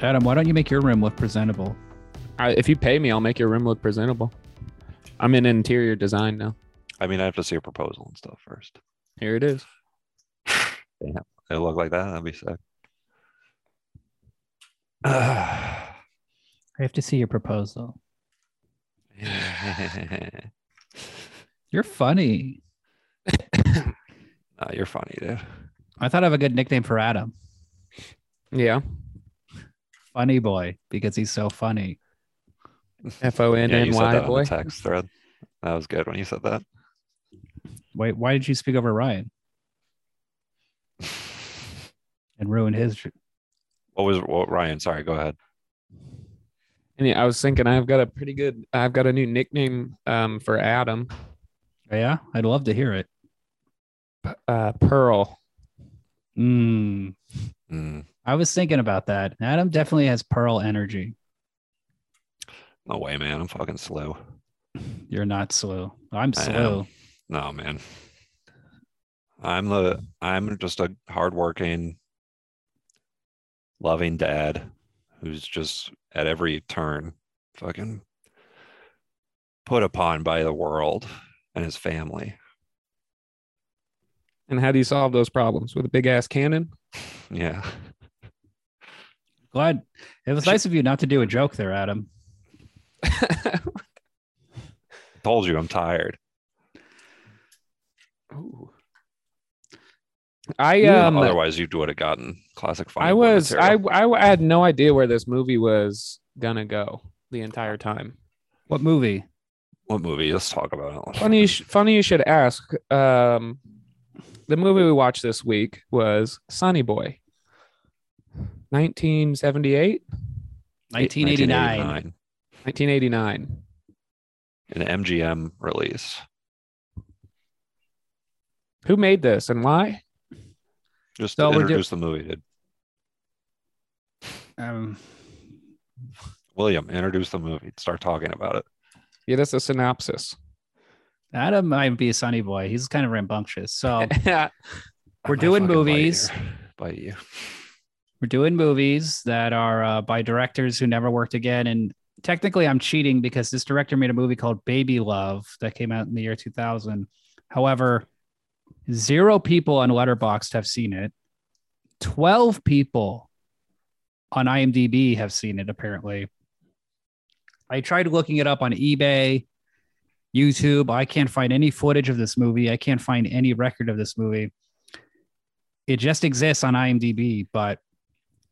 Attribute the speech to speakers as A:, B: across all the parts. A: Adam, why don't you make your room look presentable?
B: I, if you pay me, I'll make your room look presentable. I'm in interior design now.
C: I mean, I have to see a proposal and stuff first.
B: Here it is.
C: It look like that. That'd be sick.
A: I have to see your proposal.
C: nah,
A: You're funny.
C: you're funny, dude.
A: I thought of a good nickname for Adam.
B: Yeah.
A: Funny boy, because he's so funny.
B: F O N
C: yeah,
B: N
C: you said
B: Y
C: that on
B: boy.
C: the text thread. That was good when you said that.
A: Wait, why did you speak over Ryan and ruin his?
C: What was what Ryan? Sorry, go ahead.
B: And yeah, I was thinking I've got a pretty good. I've got a new nickname um, for Adam.
A: Yeah, I'd love to hear it.
B: P- Uh, Pearl.
A: Mm,
C: Mm,
A: I was thinking about that. Adam definitely has pearl energy.
C: no way, man. I'm fucking slow.
A: You're not slow. I'm
C: I am.
A: slow.
C: No, man. I'm the I'm just a hardworking, loving dad who's just at every turn fucking put upon by the world and his family.
B: And how do you solve those problems with a big ass cannon?
C: Yeah.
A: Glad it was
C: Should-
A: nice of you not to do a joke there, Adam.
C: Told you I'm tired.
B: Ooh. I
A: You
B: um.
C: Otherwise you would have gotten classic fine.
B: I was I, I I had no idea where this movie was gonna go the entire time.
A: What movie?
C: what movie? Let's talk about it.
B: Funny, you sh- funny you should ask. Um, the movie we watched this week was Sonny Boy, 1978,
A: 1989.
B: 1989.
C: An MGM release.
B: Who made this and why?
C: Just
A: So we're do-
C: introduce the movie, dude.
A: Um,
C: William, introduce the movie. Start talking about it.
B: Get us a synopsis.
A: Adam might be a sunny boy. He's kind of rambunctious.
C: Um,
A: So
B: yeah,
A: We're
C: I might
A: doing
C: fucking bite
A: movies.
C: your- Bite you.
A: we're doing movies that are uh, by directors who never worked again. And technically, I'm cheating because this director made a movie called Baby Love that came out in the year 2000. However, zero people on Letterboxd have seen it. 12 people on IMDb have seen it, apparently. I tried looking it up on eBay, YouTube. I can't find any footage of this movie. I can't find any record of this movie. It just exists on IMDb, but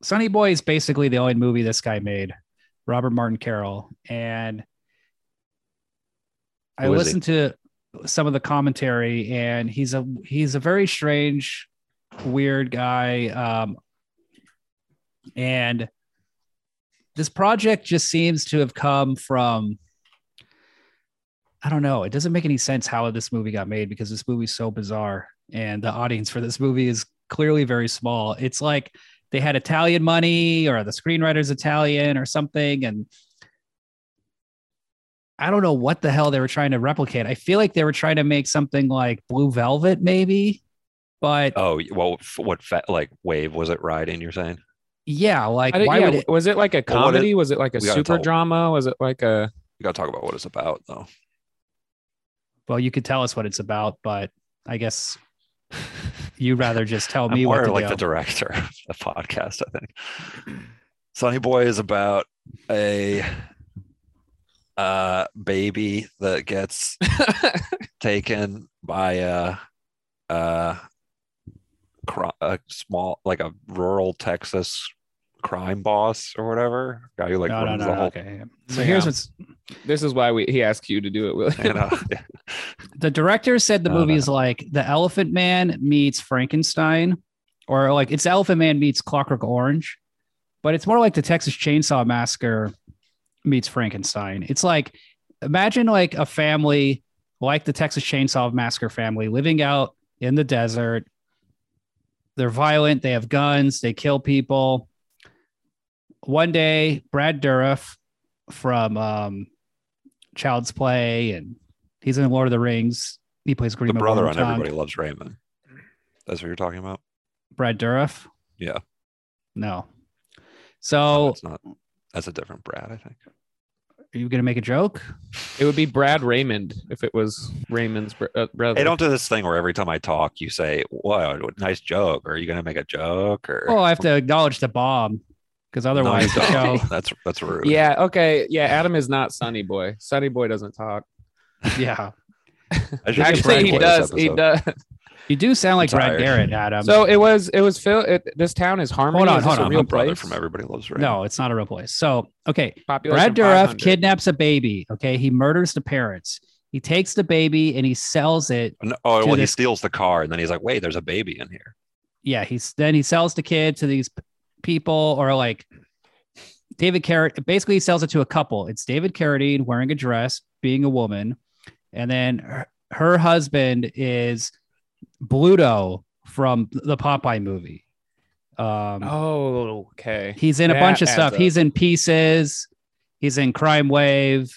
A: Sonny Boy is basically the only movie this guy made, Robert Martin Carroll. And I
C: Who is he?
A: listened to some of the commentary, and he's a he's a very strange, weird guy. Um, and this project just seems to have come from I don't know. It doesn't make any sense how this movie got made because this movie's so bizarre and the audience for this movie is clearly very small. It's like they had Italian money or the screenwriter's Italian or something and I don't know what the hell they were trying to replicate. I feel like they were trying to make something like Blue Velvet maybe, but
C: Oh, y- well, f- what fa- like wave was it riding? You're saying?
A: yeah, like
B: I didn't-
A: why
B: yeah,
A: would it,
B: was it like a
C: Well, what it-
B: comedy? was it like a
C: we gotta
B: super
C: tell-
B: drama? Was it like a?
C: We got to talk about what it's about, though.
A: well you could tell us what it's about, but I guess you'd rather just tell
C: I'm
A: Oh, me
C: more
A: what to
C: like
A: do.
C: the director of the podcast, I think. Sonny Boy is about a uh, baby that gets taken by a, a, cri- a small, like a rural Texas crime boss or whatever guy who like
A: no, no,
C: runs
A: no,
C: the whole.
A: okay. So
B: Yeah.
A: here's what's
B: This is why we he asked you to do it, William.
C: And, uh,
A: the director said the
C: No,
A: movie
C: no,
A: is like the Elephant Man meets Frankenstein, or like it's Elephant Man meets Clockwork Orange, but it's more like the Texas Chainsaw Massacre meets Frankenstein. It's like imagine like a family like the Texas Chainsaw Massacre family living out in the desert. They're violent. They have guns. They kill people. One day, Brad Dourif from um, Child's Play, and he's in Lord of the Rings. He plays
C: the
A: Green
C: brother on Everybody Loves Raymond. That's what you're talking about?
A: Brad Dourif.
C: Yeah. No,
A: No. So
C: it's not. That's a different Brad, I think.
A: are you gonna make a joke?
B: It would be Brad Raymond if it was Raymond's br- uh, brother.
C: They don't do this thing where every time I talk, you say, "Wow, nice joke." Or, are you going to make a joke? Or
A: Oh, I have to acknowledge the Bob because
C: No, you
A: otherwise the show.
C: don't. that's that's rude.
B: Yeah. Okay. Yeah. Adam is not Sonny Boy. Sonny Boy doesn't talk.
A: Yeah,
C: I should be
B: Actually,
C: Brad
B: he
C: Boy
B: does.
C: this
B: He
C: episode.
B: does.
A: you do sound like
C: I'm
A: Brad
C: tired.
A: Garrett, Adam.
B: So it was. It was Phil. It, this town is Harmony.
A: Hold on,
B: Is this
A: hold
B: a
A: on,
C: I'm
B: Real
C: a brother
B: place?
C: from Everybody Loves Raymond.
A: no, it's not a real place. So okay,
B: Population
A: Brad Dourif
B: 500.
A: kidnaps a baby. Okay, he murders the parents. He takes the baby and he sells it.
C: No, oh,
A: to
C: well, he
A: this-
C: steals the car, and then he's like, "Wait, there's a baby in here."
A: Yeah, he's then he sells the kid to these p- people or like David Carradine. Basically, he sells it to a couple. It's David Carradine wearing a dress, being a woman, and then her, her husband is Bluto from the Popeye movie. Um,
B: Oh, okay.
A: He's in a
B: That
A: bunch of
B: adds
A: stuff.
B: up.
A: He's in Pieces. He's in Crime Wave.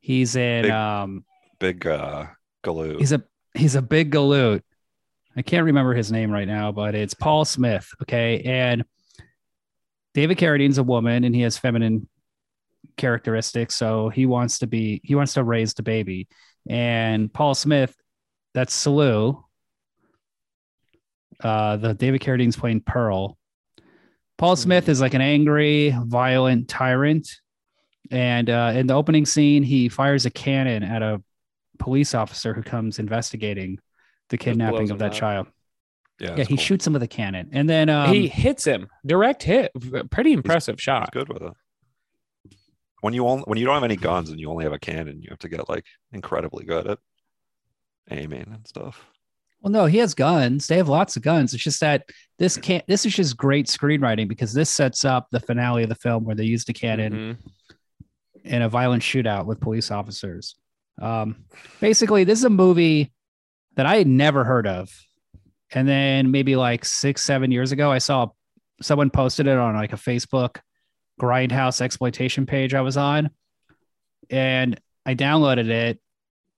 A: He's in
C: Big-
A: um.
C: Big uh, Galoo.
A: He's a he's a big galoot. I can't remember his name right now, but it's Paul Smith. Okay, and David Carradine's a woman, and he has feminine characteristics, so he wants to be he wants to raise the baby. And Paul Smith, that's Salu. Uh, the David Carradine's playing Pearl. Paul Smith is like an angry, violent tyrant, and uh, in the opening scene, he fires a cannon at a police officer who comes investigating the kidnapping
B: blows
A: of
B: him
A: that
B: up.
A: child.
C: yeah,
A: yeah,
C: it's
A: he
C: cool.
A: shoots him with a cannon, and then um,
B: he hits him. Direct hit. V- Pretty impressive
C: He's
B: shot.
C: good with it. When you only when you don't have any guns and you only have a cannon, you have to get like incredibly good at aiming and stuff.
A: Well, no, he has guns. They have lots of guns. It's just that this can't. This is just great screenwriting because this sets up the finale of the film where they used a cannon
C: Mm-hmm.
B: Mhm.
A: in a violent shootout with police officers. Um, basically, this is a movie that I had never heard of, and then maybe like six, seven years ago, I saw someone posted it on like a Facebook grindhouse exploitation page I was on, and I downloaded it.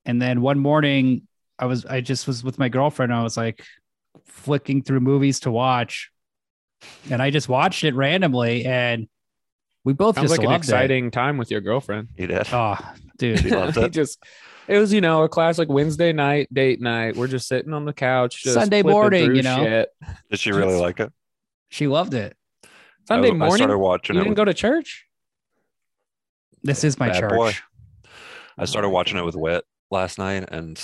A: And then one morning, I was I just was with my girlfriend. And I was like flicking through movies to watch, and I just watched it randomly, and we both
B: Sounds
A: just
B: like an
A: loved it.
B: exciting time with your girlfriend.
C: He did.
A: Oh,
C: He
A: dude.
C: loved
B: He
C: it.
B: just. It was, you know, a classic Wednesday night date night. We're just sitting on the couch, just
A: Sunday
B: flipping
A: morning,
B: through
A: you know.
B: shit.
C: Did she really
B: just-
C: like it?
A: She loved it.
B: Sunday
C: I, I
B: morning,
C: started watching
B: you
C: it.
B: didn't
C: With,
B: go to church.
A: This is my
C: Bad
A: church.
C: boy. I started watching it with Wit last night, and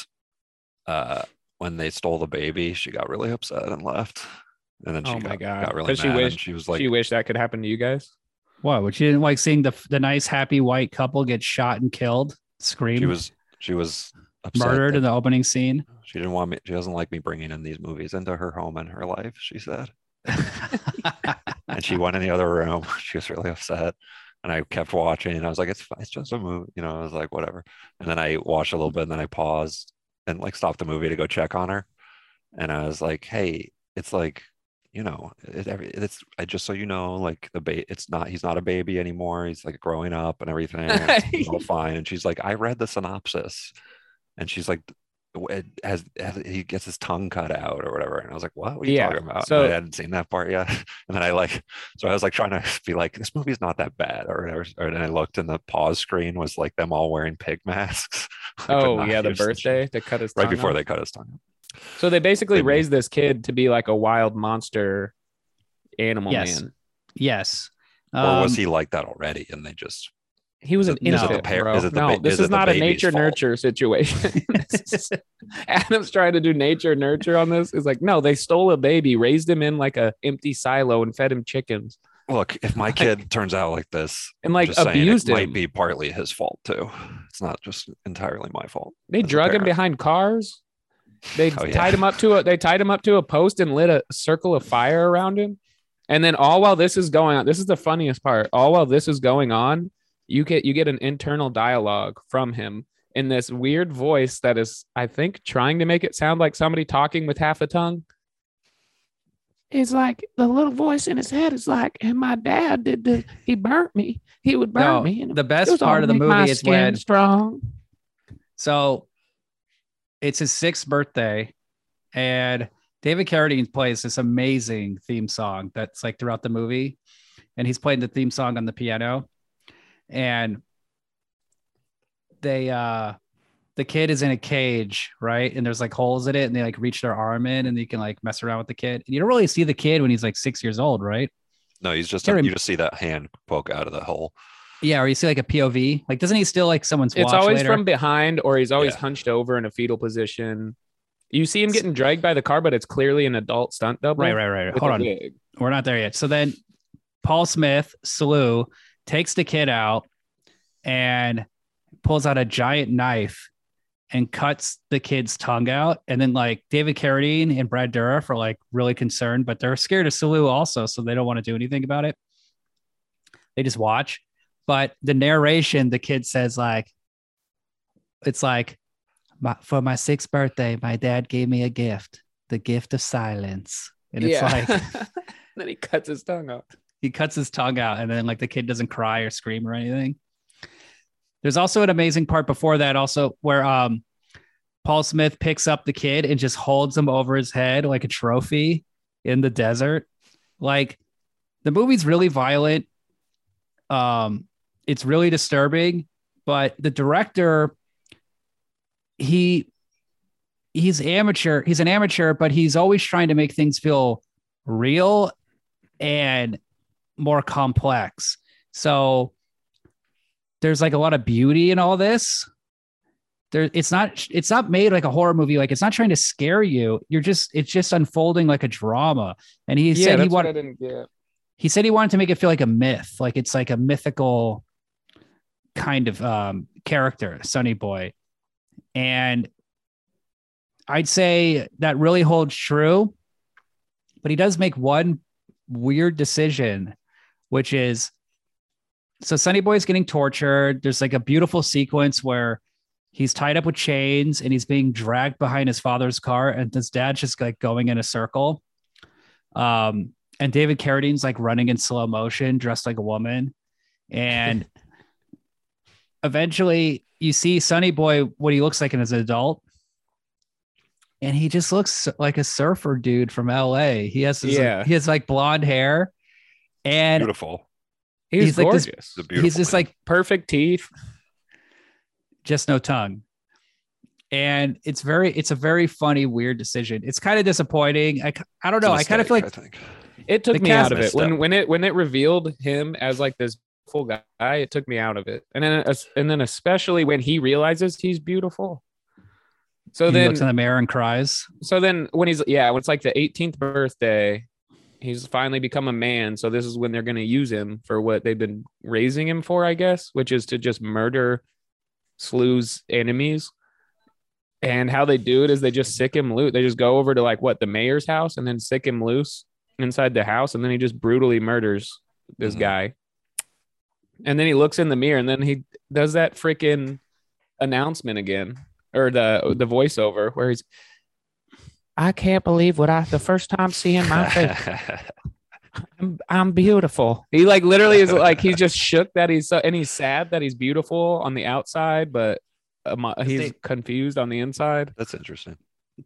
C: uh, when they stole the baby, she got really upset and left. And then she
B: Oh my
C: got,
B: God.
C: got really mad.
B: But she
C: and
B: wished-
C: she was like,
B: Do you wish that could happen to you guys?
A: What? Which you didn't like seeing the the nice happy white couple get shot and killed, scream,
C: she was she was upset
A: murdered
C: that
A: in the opening scene.
C: she didn't want me she doesn't like me bringing in these movies into her home and her life she said and she went in the other room she was really upset and i kept watching and i was like it's fine, it's just a movie you know i was like whatever and then i watched a little bit and then i paused and like stopped the movie to go check on her and i was like hey it's like you know it, every it's I just so you know like the ba- it's not he's not a baby anymore he's like growing up and everything and it's all fine and she's like i read the synopsis and she's like w- it has, has he gets his tongue cut out or whatever and i was like what, what are you
B: Yeah,
C: talking about
B: so-
C: i hadn't seen that part yet and then i like so i was like trying to be like this movie's not that bad or whatever or then i looked and the pause screen was like them all wearing pig masks like
B: Oh yeah,
C: binoculars
B: the
C: and shit,
B: birthday. They cut his
C: right
B: tongue
C: before
B: off.
C: they cut his tongue out.
B: So they basically
C: Maybe.
B: raised this kid to be like a wild monster animal
A: Yes.
B: man.
A: yes.
C: or was
A: Um,
C: he like that already and they just
B: He was
C: Is
B: an
C: it-
A: is it the
B: infant,
C: par-
B: bro.
C: is it the
B: no,
C: ba-
B: this
C: is
B: is,
C: it the
B: not a
C: baby's
B: nature
C: fault?
B: nurture situation. This is- Adam's trying to do nature nurture on this. Is like, no, they stole a baby, raised him in like a empty silo, and fed him chickens,
C: look if my
B: Like-
C: kid turns out like this
B: and like
C: just saying,
B: abused
C: it
B: him.
C: might be partly his fault too it's not just entirely my fault
B: They
C: as a
B: drug him
C: parent.
B: behind cars. They
C: Oh, yeah.
B: tied him up to a they tied him up to a post and lit a circle of fire around him. And then all while this is going on, this is the funniest part. All while this is going on, you get you get an internal dialogue from him in this weird voice that is, I think, trying to make it sound like somebody talking with half a tongue. It's like the little voice in his head is like, and my dad did this. He burnt me. He would burn
A: No,
B: me. And
A: the
B: it was
A: best
B: all
A: part of the
B: make my
A: movie is
B: skin
A: when
B: strong.
A: so it's his sixth birthday, and David Carradine plays this amazing theme song that's like throughout the movie, and he's playing the theme song on the piano, and they uh the kid is in a cage, right? And there's like holes in it, and they like reach their arm in, and you can like mess around with the kid. And you don't really see the kid when he's like six years old, right?
C: No, he's just
A: Can't rem-
C: you just see that hand poke out of the hole.
A: Yeah, or you see like a POV. Like, doesn't he steal like someone's watch
B: It's always
A: later?
B: from behind, or he's always
C: Yeah.
B: hunched over in a fetal position. You see him getting dragged by the car, but it's clearly an adult stunt double.
A: right, right, right.
B: with
A: Hold
B: a
A: on.
B: wig.
A: we're not there yet. So then Paul Smith, Slew, takes the kid out and pulls out a giant knife and cuts the kid's tongue out. And then like David Carradine and Brad Dourif are like really concerned, but they're scared of Slew also, so they don't want to do anything about it. They just watch. But the narration, the kid says like, it's like, my, for my sixth birthday, my dad gave me a gift, the gift of silence. And it's like,
B: then he cuts his tongue off.
A: he cuts his tongue out and then like the kid doesn't cry or scream or anything there's also an amazing part before that also where um paul smith picks up the kid and just holds him over his head like a trophy in the desert like the movie's really violent um it's really disturbing but the director he he's amateur he's an amateur but he's always trying to make things feel real and more complex. So there's like a lot of beauty in all this. There, it's not it's not made like a horror movie. Like it's not trying to scare you. You're just it's just unfolding like a drama. And he
B: yeah,
A: said he
B: that's what I
A: wanted
B: didn't get.
A: he said he wanted to make it feel like a myth, like it's like a mythical kind of um, character, Sonny Boy. And I'd say that really holds true, but he does make one weird decision, which is so Sonny Boy is getting tortured. There's like a beautiful sequence where he's tied up with chains and he's being dragged behind his father's car, and his dad's just like going in a circle. Um, and David Carradine's like running in slow motion, dressed like a woman. And eventually you see Sonny Boy, what he looks like as an adult. And he just looks like a surfer dude from LA. He has his,
B: Yeah.
A: he has like blonde hair. And
C: Beautiful.
B: He was
A: He's like this-
B: gorgeous.
C: It's a beautiful
A: he's just
C: man.
A: like
B: Perfect teeth.
A: just no tongue. And it's very, it's a very funny, weird decision. It's kind of disappointing. I, ki- I don't
C: It's a
A: know. I kind of feel
C: mistake,
A: like
C: I think.
B: It took
A: The
B: me
A: cast
B: out of it
C: messed
B: when
C: up.
B: when it when it revealed him as like this full guy. It took me out of it, and then es- and then especially when he realizes he's beautiful. So
A: he
B: then,
A: looks in the mirror and cries.
B: so then when he's yeah, when it's like the 18th birthday, he's finally become a man. So this is when they're gonna use him for what they've been raising him for, I guess, which is to just murder Slew's enemies. And how they do it is they just sick him loose. They just go over to like what the mayor's house and then sick him loose inside the house, and then he just brutally murders this
C: Mhm.
B: guy. And then he looks in the mirror, and then he does that freaking announcement again, or the the voiceover where he's, "I can't believe what I the first time seeing my face." I'm, I'm beautiful. He like literally is like he's just shook that he's so and he's sad that he's beautiful on the outside, but um, he's
A: they-
B: confused on the inside.
C: That's interesting.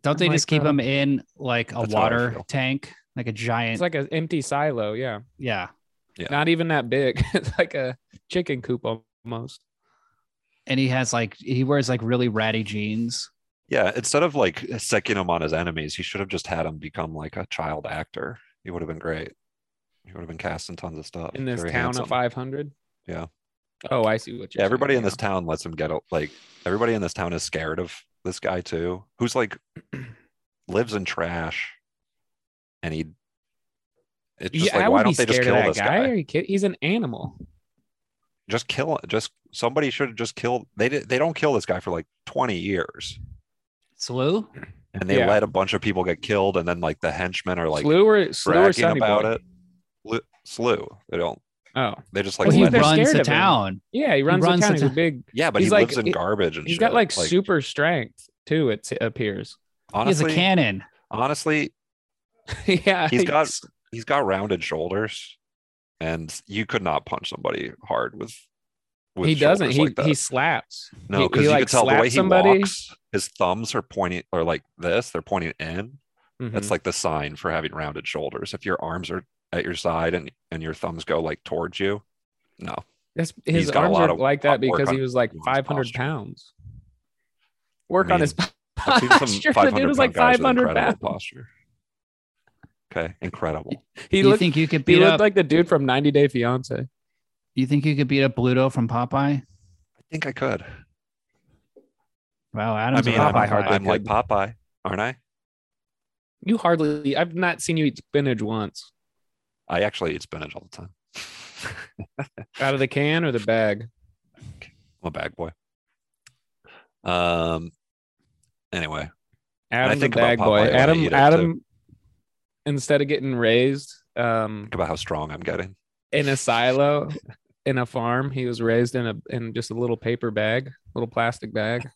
A: Don't they
B: I'm
A: just
B: like,
A: keep
B: uh,
A: him in like a
C: That's how I
A: water
C: feel.
A: tank, like a giant?
B: It's like an empty silo. Yeah,
A: yeah.
C: Yeah.
B: not even that big. it's like a chicken coop almost.
A: And he has like, he wears like really ratty jeans.
C: Yeah, instead of like secking him on his enemies, he should have just had him become like a child actor. He would have been great. He would have been cast in tons of stuff.
B: in this
C: Very
B: town
C: handsome.
B: of 500
C: Yeah.
B: oh i see what you're
C: Yeah, everybody
B: saying,
C: in this town lets him get a- like everybody in this town is scared of this guy too, who's like lives in trash, and he. It's
B: yeah,
C: just
B: yeah
C: like
B: I
C: why
B: would be
C: don't they
B: scared
C: just
B: of
C: kill
B: that
C: this
B: guy,
C: guy?
B: Are you kidding? he's an animal
C: Just kill. Just somebody should just kill. They di- they don't kill this guy for like twenty years,
A: Slew?
C: and they
B: Yeah.
C: let a bunch of people get killed, and then like the henchmen are like
B: slew or slew or
C: bragging
B: Sonny
C: about
B: Boy?
C: it. Lu- Slew. They don't.
B: oh
C: They just like
A: Well, he
C: let
B: they're
C: him.
A: runs
B: scared
A: the
B: of him.
A: town.
B: yeah he runs,
A: runs
B: the
A: the
B: town he's a
A: town.
B: big
C: Yeah, but
B: he's
C: he
B: like-
C: lives in
B: he-
C: garbage and
B: he's
C: shit.
B: got like, super strength too it appears
C: Honestly,
A: he has a cannon.
C: honestly,
B: yeah
C: He's got- he's got rounded shoulders, and you could not punch somebody hard with. with
B: he doesn't
C: shoulders
B: he,
C: like that.
B: he slaps
C: no,
B: he-
C: because
B: he,
C: you
B: like,
C: could tell the way
B: slapped
C: he
B: somebody.
C: walks, his thumbs are pointing or like this. They're pointing in.
B: Mhm.
C: That's like the sign for having rounded shoulders. If your arms are at your side and and your thumbs go like towards you. No,
B: That's
C: He's
B: his
C: got a
B: arms
C: lot
B: are
C: of
B: like
C: work
B: that because
C: on
B: he was like
C: his
B: 500
C: posture.
B: pounds. Work
C: mean,
B: on his
C: I've seen some
B: posture. The
C: 500
B: dude was like
C: pound guys with
B: 500
C: incredible
B: pounds.
C: posture. Okay, incredible.
B: He
A: you
B: looked,
A: think you could
B: he
A: beat
B: looked
A: up?
B: like the dude from 90 Day Fiance.
A: you think you could beat up Bluto from Popeye?
C: I think I could.
A: Wow,
C: I
A: Adam's
C: mean,
A: a
C: I'm,
A: Popeye
B: Popeye
A: hard.
B: hardly
C: I'm like
B: could.
C: Popeye, aren't I?
B: You hardly, I've not seen you eat spinach once
C: I actually eat spinach all the time. I'm
B: out of the can or the bag.
C: a bag boy. Um. Anyway, I
B: Adam's a
C: think about
B: bag
C: Popeye
B: boy.
C: when I eat
B: Adam,
C: it,
B: Adam, instead of getting raised um,
C: think about how strong I'm getting.
B: in a silo, in a farm, he was raised in a, in just a little paper bag, little plastic bag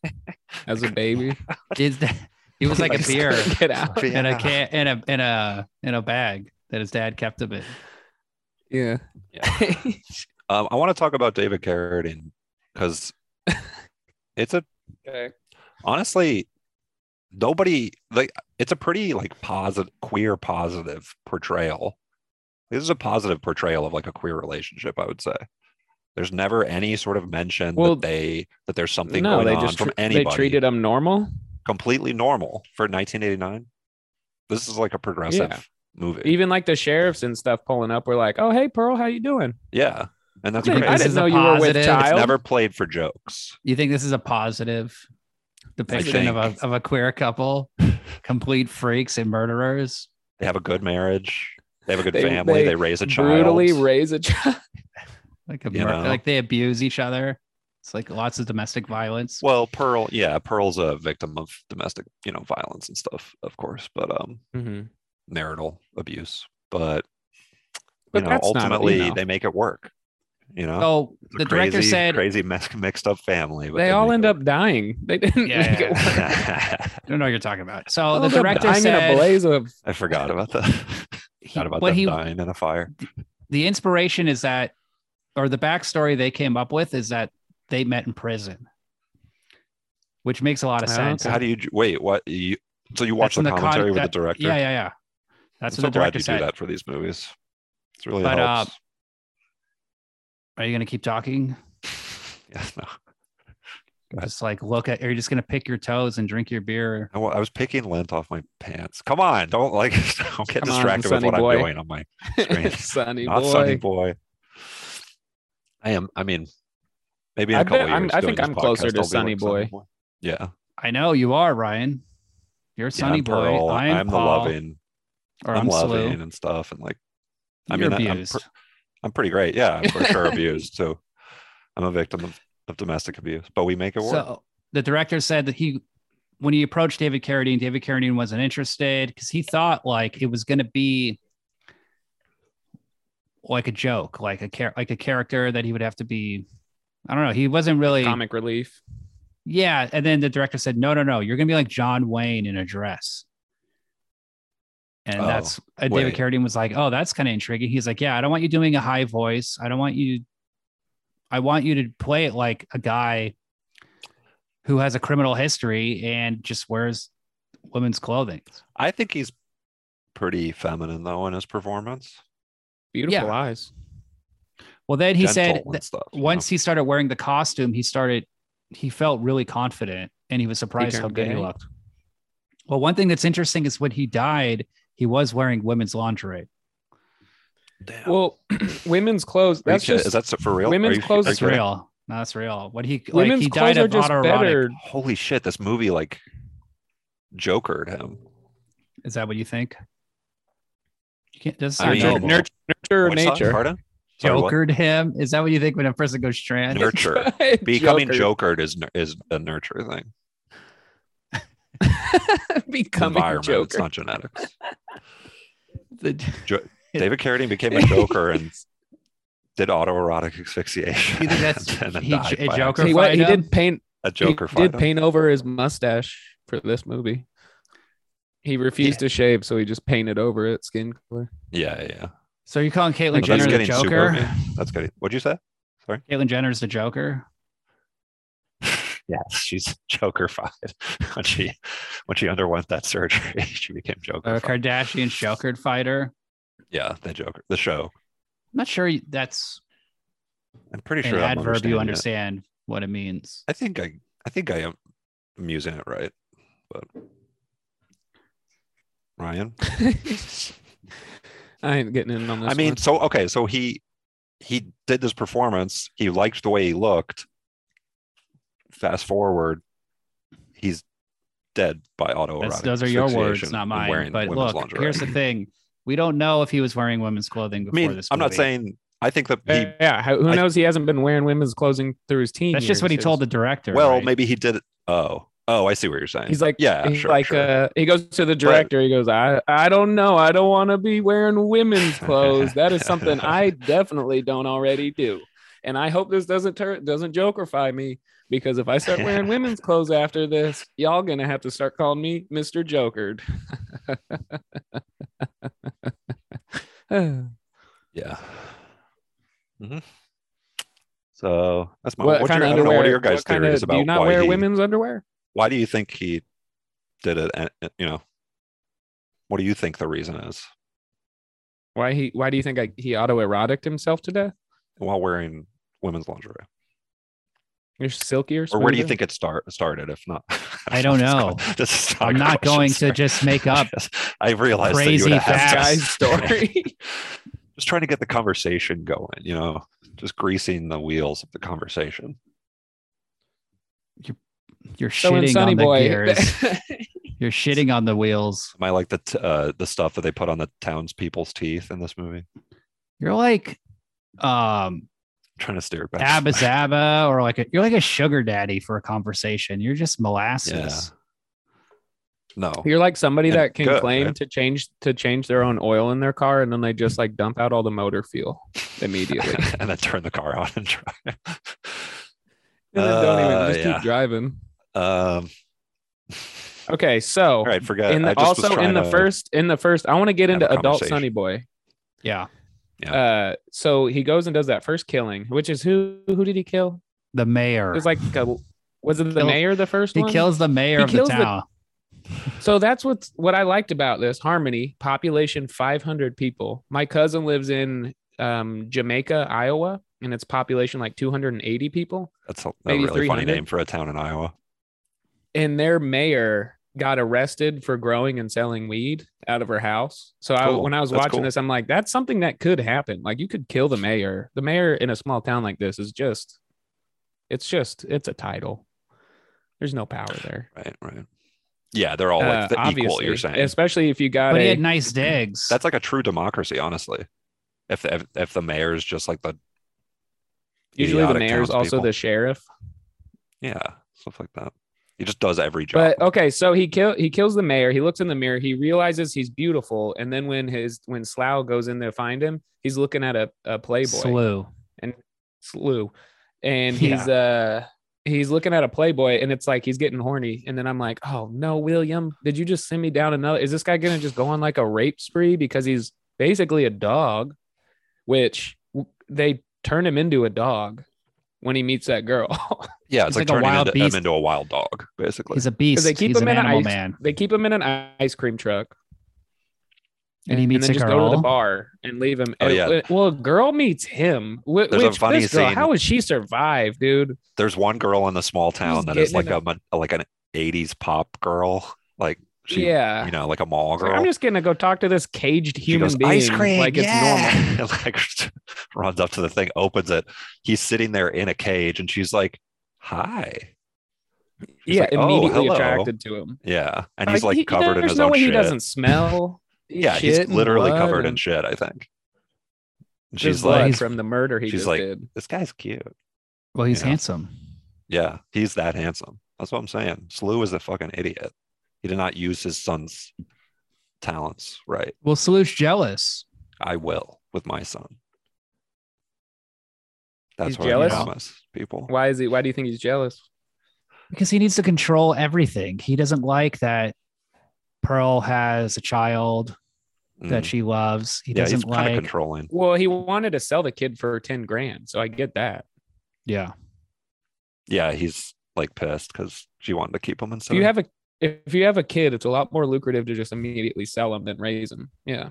B: as a baby.
A: Did that, he was like a
B: Just
A: beer
B: couldn't Get out.
A: in a
C: Yeah.
A: can in a in a in a bag that his dad kept him in.
B: Yeah.
C: Um, I want to talk about David Carradine because it's a
B: okay.
C: honestly nobody like it's a pretty like positive queer positive portrayal. This is a positive portrayal of like a queer relationship, I would say. There's never any sort of mention
B: Well,
C: that they that there's something
B: No,
C: going
B: they
C: on
B: just
C: from
B: tr- they
C: anybody.
B: treated him normal.
C: Completely normal for 1989. This is like a progressive
B: Yeah.
C: movie.
B: Even like the sheriffs and stuff pulling up were like, "Oh, hey, Pearl, how you doing?"
C: yeah, and that's
B: I
C: great.
B: didn't, I
A: This
B: didn't
A: is a
B: know you were with
A: positive.
B: child.
C: It's never played for jokes.
A: You think this is a positive depiction of a
C: think-
A: of a queer couple, complete freaks and murderers?
C: They have a good marriage. They have a good
B: They-
C: family. They,
B: they
C: raise a child.
B: brutally raise a child.
A: Like a
C: You
A: mur-
C: know?
A: like they abuse each other. It's like lots of domestic violence.
C: well, Pearl, yeah, Pearl's a victim of domestic, you know, violence and stuff, of course, but um, marital abuse. But you
B: But
C: know,
B: that's not, you
C: ultimately,
B: know.
C: they make it work. You know,
A: So
C: It's a
A: the director
C: crazy-
A: said
C: crazy mix, mixed up family. But
B: They all end up dying. They didn't.
A: Yeah,
B: make
A: yeah.
B: it work.
A: I don't know what you're talking about. So the
B: They all end up
A: director
B: dying in a
A: said
B: blaze of.
C: I forgot about that.
A: he,
C: Not about
A: what
C: them
A: he
C: dying in a fire.
A: the inspiration is that or the backstory they came up with is that they met in prison. Which makes a lot of
B: Oh,
A: sense.
B: okay.
C: How do you? Wait, what? You so you watch
A: That's in
C: the
A: the con-
C: commentary with
A: that-
C: the director?
A: Yeah, yeah, yeah. That's
C: I'm so
A: what the
C: glad
A: director
C: you
A: said.
C: do that for these movies. It's really
A: But, uh,
C: helps.
A: Are you gonna keep talking?
C: yeah, no. Right.
A: Just like look at are you just gonna pick your toes and drink your beer?
C: I wa- I was picking lint off my pants. Come on, don't like don't get
B: Come on,
C: distracted with
B: Sonny
C: what
B: boy.
C: I'm doing on my Scream.
B: Sonny
C: not
B: boy.
C: sunny boy. I am. I mean, maybe in
B: I
C: a couple
B: bet-
C: years.
B: I'm- I
C: doing
B: think
C: this
B: I'm
C: podcast,
B: closer to
C: I'll be like
B: Sonny Boy.
C: Yeah, yeah,
A: I know you are, Ryan. You're Sonny
C: I'm
A: Boy.
C: Pearl,
A: I'm,
C: I'm the
A: Paul,
C: loving.
A: Or
C: I'm
A: I'm, Slu.
C: loving and stuff, and like I
A: You're
C: mean, I- I'm per-
A: abused.
C: I'm pretty great. Yeah, I'm for sure abused. So I'm a victim of, of domestic abuse, but we make it work.
A: So the director said that he, when he approached David Carradine, David Carradine wasn't interested because he thought like it was going to be like a joke, like a char- like a character that he would have to be. I don't know. He wasn't really.
B: Comic relief.
A: Yeah, and then the director said, "No, no, no. You're going to be like John Wayne in a dress." And
C: Oh,
A: that's and David
C: wait.
A: Carradine was like, "Oh, that's kind of intriguing." He's like, "Yeah, I don't want you doing a high voice. I don't want you. I want you to play it like a guy who has a criminal history and just wears women's clothing."
C: I think he's pretty feminine though in his performance.
B: Beautiful eyes.
A: Well, then he
C: Gentle
A: said,
C: and
A: that
C: stuff, you know?
A: once he started wearing the costume, he started he felt really confident and he was surprised how
B: turned
A: good he
B: gay?
A: looked. Well, one thing that's interesting is when he died, he was wearing women's lingerie.
C: Damn.
B: Well, women's
C: Are
B: clothes.
C: you
B: That's
C: kidding-
B: just
C: is that so- for real? Are
B: women's
C: you- are
B: clothes
C: you
A: That's
C: kidding?
A: real. No, that's real. When he like
B: women's
A: he
B: clothes
A: died
B: are
A: of
B: just
A: autoerotic.
B: better.
C: Holy shit! This movie like jokered him.
A: Is that what you think? You can't just
C: I mean,
B: Nurture,
C: Nurture-
B: nurture, nurture
C: What's that?
B: nature.
C: Pardon? Sorry, what?
A: jokered him. Is that what you think when a person goes trans?
C: Nurture. Becoming jokered is nu- is a nurture thing.
B: Becoming
C: Environment. It's
B: joker.
C: not genetics.
A: The-
C: David Carradine became a joker and did autoerotic asphyxiation.
A: You think that's-
C: and then
A: he-
C: died
A: a
C: by
A: joker?
C: accident.
B: He, wa- he
A: Fido.
B: did paint.
C: A joker
B: he did
C: fight.
B: paint over his mustache for this movie. He refused to shave, so he just painted over it skin color.
C: Yeah, yeah, yeah.
A: so you're calling
B: Well,
A: Caitlyn
B: that's
A: Jenner the
C: getting super-
A: Joker?
C: That's good. What'd you say?
A: Caitlyn Jenner's the Joker.
C: Yes, she's joker fied when she when she underwent that surgery. She became joker.
A: Or Kardashian's Jokered fighter.
C: Yeah, the Joker, the show.
A: I'm not sure that's
C: I'm pretty
A: an
C: sure I'm
A: adverb you
C: it.
A: understand what it means.
C: I think I I think I am I'm using it right, but Ryan.
B: I ain't getting in on this.
C: I mean,
B: one.
C: so okay, so he he did this performance. He liked the way he looked. Fast forward, he's dead by
A: That's,
C: autoerotic.
A: those are your words,
C: Oh, asphyxiation
A: not
C: and
A: mine.
C: wearing
A: But
C: women's
A: look, here's the thing: we don't know if he was wearing women's clothing
C: I
A: before
C: mean,
A: this.
C: I'm not
A: movie.
C: saying I think that he.
B: yeah, yeah, who
C: I-
B: knows? he hasn't been wearing women's clothing through his teen.
A: that's just what he
B: years.
A: told the director.
C: well,
A: right?
C: maybe he did. it- Oh, oh, I see what you're saying.
B: He's like,
C: yeah,
B: he's
C: sure,
B: like,
C: sure.
B: uh, he goes to the director. he goes, I, I don't know. I don't want to be wearing women's clothes. That is something I definitely don't already do. And I hope this doesn't turn, doesn't jokerify me because if I start wearing women's clothes after this, y'all gonna have to start calling me Mister Jokered. well,
C: yeah. hmm So that's my.
B: what
C: what's
B: kind
C: your,
B: of
C: I don't know
B: underwear?
C: what are your guys'
B: what kind
C: theories
B: of,
C: about
B: do you not
C: why
B: wear
C: he,
B: women's underwear?
C: why do you think he did it and and, you know what do you think the reason is
B: Why he? Why do you think I, he autoerotic himself to death?
C: while wearing women's lingerie
B: You're silkier.
C: or where do you think it start started if not
A: I don't
C: This is
A: know.
C: not- this is
A: I'm
C: a
A: not
C: question,
A: going to
C: sorry.
A: just make up
C: Yes, i realized
A: crazy
C: that you would have to-
A: facts.
B: guy's story?
C: just trying to get the conversation going you know just greasing the wheels of the conversation
A: you're
B: so in
A: shitting
B: Sunny
A: on the
B: Boy,
A: gears. You're shitting on the wheels.
C: am i like the t- uh, the stuff that they put on the townspeople's teeth in this movie
A: You're like, um,
C: trying to steer it back
A: Abba Zaba, or like a, you're like a sugar daddy for a conversation. You're just molasses.
C: no
B: you're like somebody
C: And
B: that can
C: good,
B: claim
C: right?
B: to change to change their own oil in their car, and then they just like dump out all the motor fuel immediately, and
C: and then turn the car on and drive
B: then don't
C: Uh,
B: even just
C: yeah.
B: keep driving.
C: Um,
B: Okay, so
C: all right, forget.
B: in
C: I
B: the,
C: just was
B: also in
C: trying
B: the
C: to-
B: first in the first, I want to get
C: have a
B: into adult
C: conversation.
B: Sunny Boy.
A: Yeah.
B: Uh, so he goes and does that first killing, which is who who did he kill?
A: The mayor.
B: It was like a, was it the
A: Killed-
B: mayor the first
A: he
B: one?
A: kills the mayor
B: He
A: of the
B: kills the-
A: town.
B: So that's what's what I liked about this Harmony population 500 people. My cousin lives in um, Jamaica, Iowa, and it's population like 280 people.
C: That's a, a
B: maybe
C: really funny
B: 300.
C: name for a town in Iowa.
B: And their mayor got arrested for growing and selling weed out of her house. So I,
C: Cool.
B: when I was
C: That's
B: watching
C: cool.
B: this, I'm like, that's something that could happen. Like you could kill the mayor. The mayor in a small town like this is just, it's just, it's a title. There's no power there.
C: Right, right. Yeah, they're all
B: Uh,
C: like the equal.
B: obviously,
C: You're saying
B: especially if you got
A: But
B: a,
A: he had nice digs.
C: that's like a true democracy, honestly. If the, if, if the mayor's just like the
B: usually the
C: idiotic
B: mayor's also
C: townspeople.
B: the sheriff.
C: yeah stuff like that, he just does every job.
B: But oh, okay, so he kill he kills the mayor. He looks in the mirror. He realizes he's beautiful, and then when his when Slough goes in to find him, he's looking at a, a Playboy
A: Slew.
B: slew, and he's uh he's looking at a Playboy, and it's like he's getting horny. And then I'm like, oh no, William, did you just send me down another? Is this guy gonna just go on like a rape spree because he's basically a dog, which w- they turn him into a dog when he meets that girl.
C: yeah, it's
A: he's
C: like,
A: like a
C: turning
A: wild
C: into, him
A: beast.
C: into a wild dog, basically.
A: He's a beast.
B: they keep
A: He's
B: him
A: an
B: in
A: animal
B: ice-
A: man.
B: they keep him in an ice cream truck.
A: And he meets
B: then
A: a
B: just go to
A: girl?
B: the bar and leave him.
C: Oh,
B: And-
C: yeah.
B: Well, a girl meets him. wh-
C: There's a
B: which,
C: funny
B: this girl,
C: scene.
B: How would she survive, dude?
C: There's one girl in the small town that is like
B: getting in
C: a, mon- like an '80s pop girl, like she,
B: yeah.
C: you know, like a mall
B: It's like,
C: girl.
B: I'm just gonna go talk to this caged
C: She
B: human
C: goes,
B: being
C: ice cream,
B: like it's normal.
C: yeah. normal. like runs up to the thing, opens it. He's sitting there in a cage, and she's like, "Hi." She's
B: yeah,
C: like, "Oh,
B: immediately
C: hello."
B: attracted to him.
C: Yeah, and he's like
B: he-
C: covered in
B: there's
C: his
B: no
C: own
B: way
C: shit.
B: he doesn't smell.
C: yeah,
B: shit
C: he's
B: and
C: literally
B: blood
C: covered in
B: and-
C: shit. I think. And
B: there's
C: she's
B: blood
C: like,
B: from the murder he
C: she's
B: just
C: like-
B: did.
C: "This guy's cute."
A: Well, he's
C: Yeah.
A: handsome.
C: Yeah, he's that handsome. That's what I'm saying. Slew is a fucking idiot. He did not use his son's talents right.
A: Well, Slew's jealous.
C: I will with my son. That's
B: He's
C: what
B: jealous?
C: I promise people.
B: Why is he? Why do you think he's jealous?
A: because he needs to control everything. He doesn't like that Pearl has a child that
B: Hmm.
C: Mm.
A: she loves. He
C: yeah, he's
A: doesn't
C: kind of
A: like.
C: controlling.
B: Well, he wanted to sell the kid for ten grand, so I get that.
A: Yeah,
C: yeah, he's like pissed because she wanted to keep him and
B: if you have a if
C: Mm-hmm.
B: you have a kid, it's a lot more lucrative to just immediately sell them than raise them. Yeah.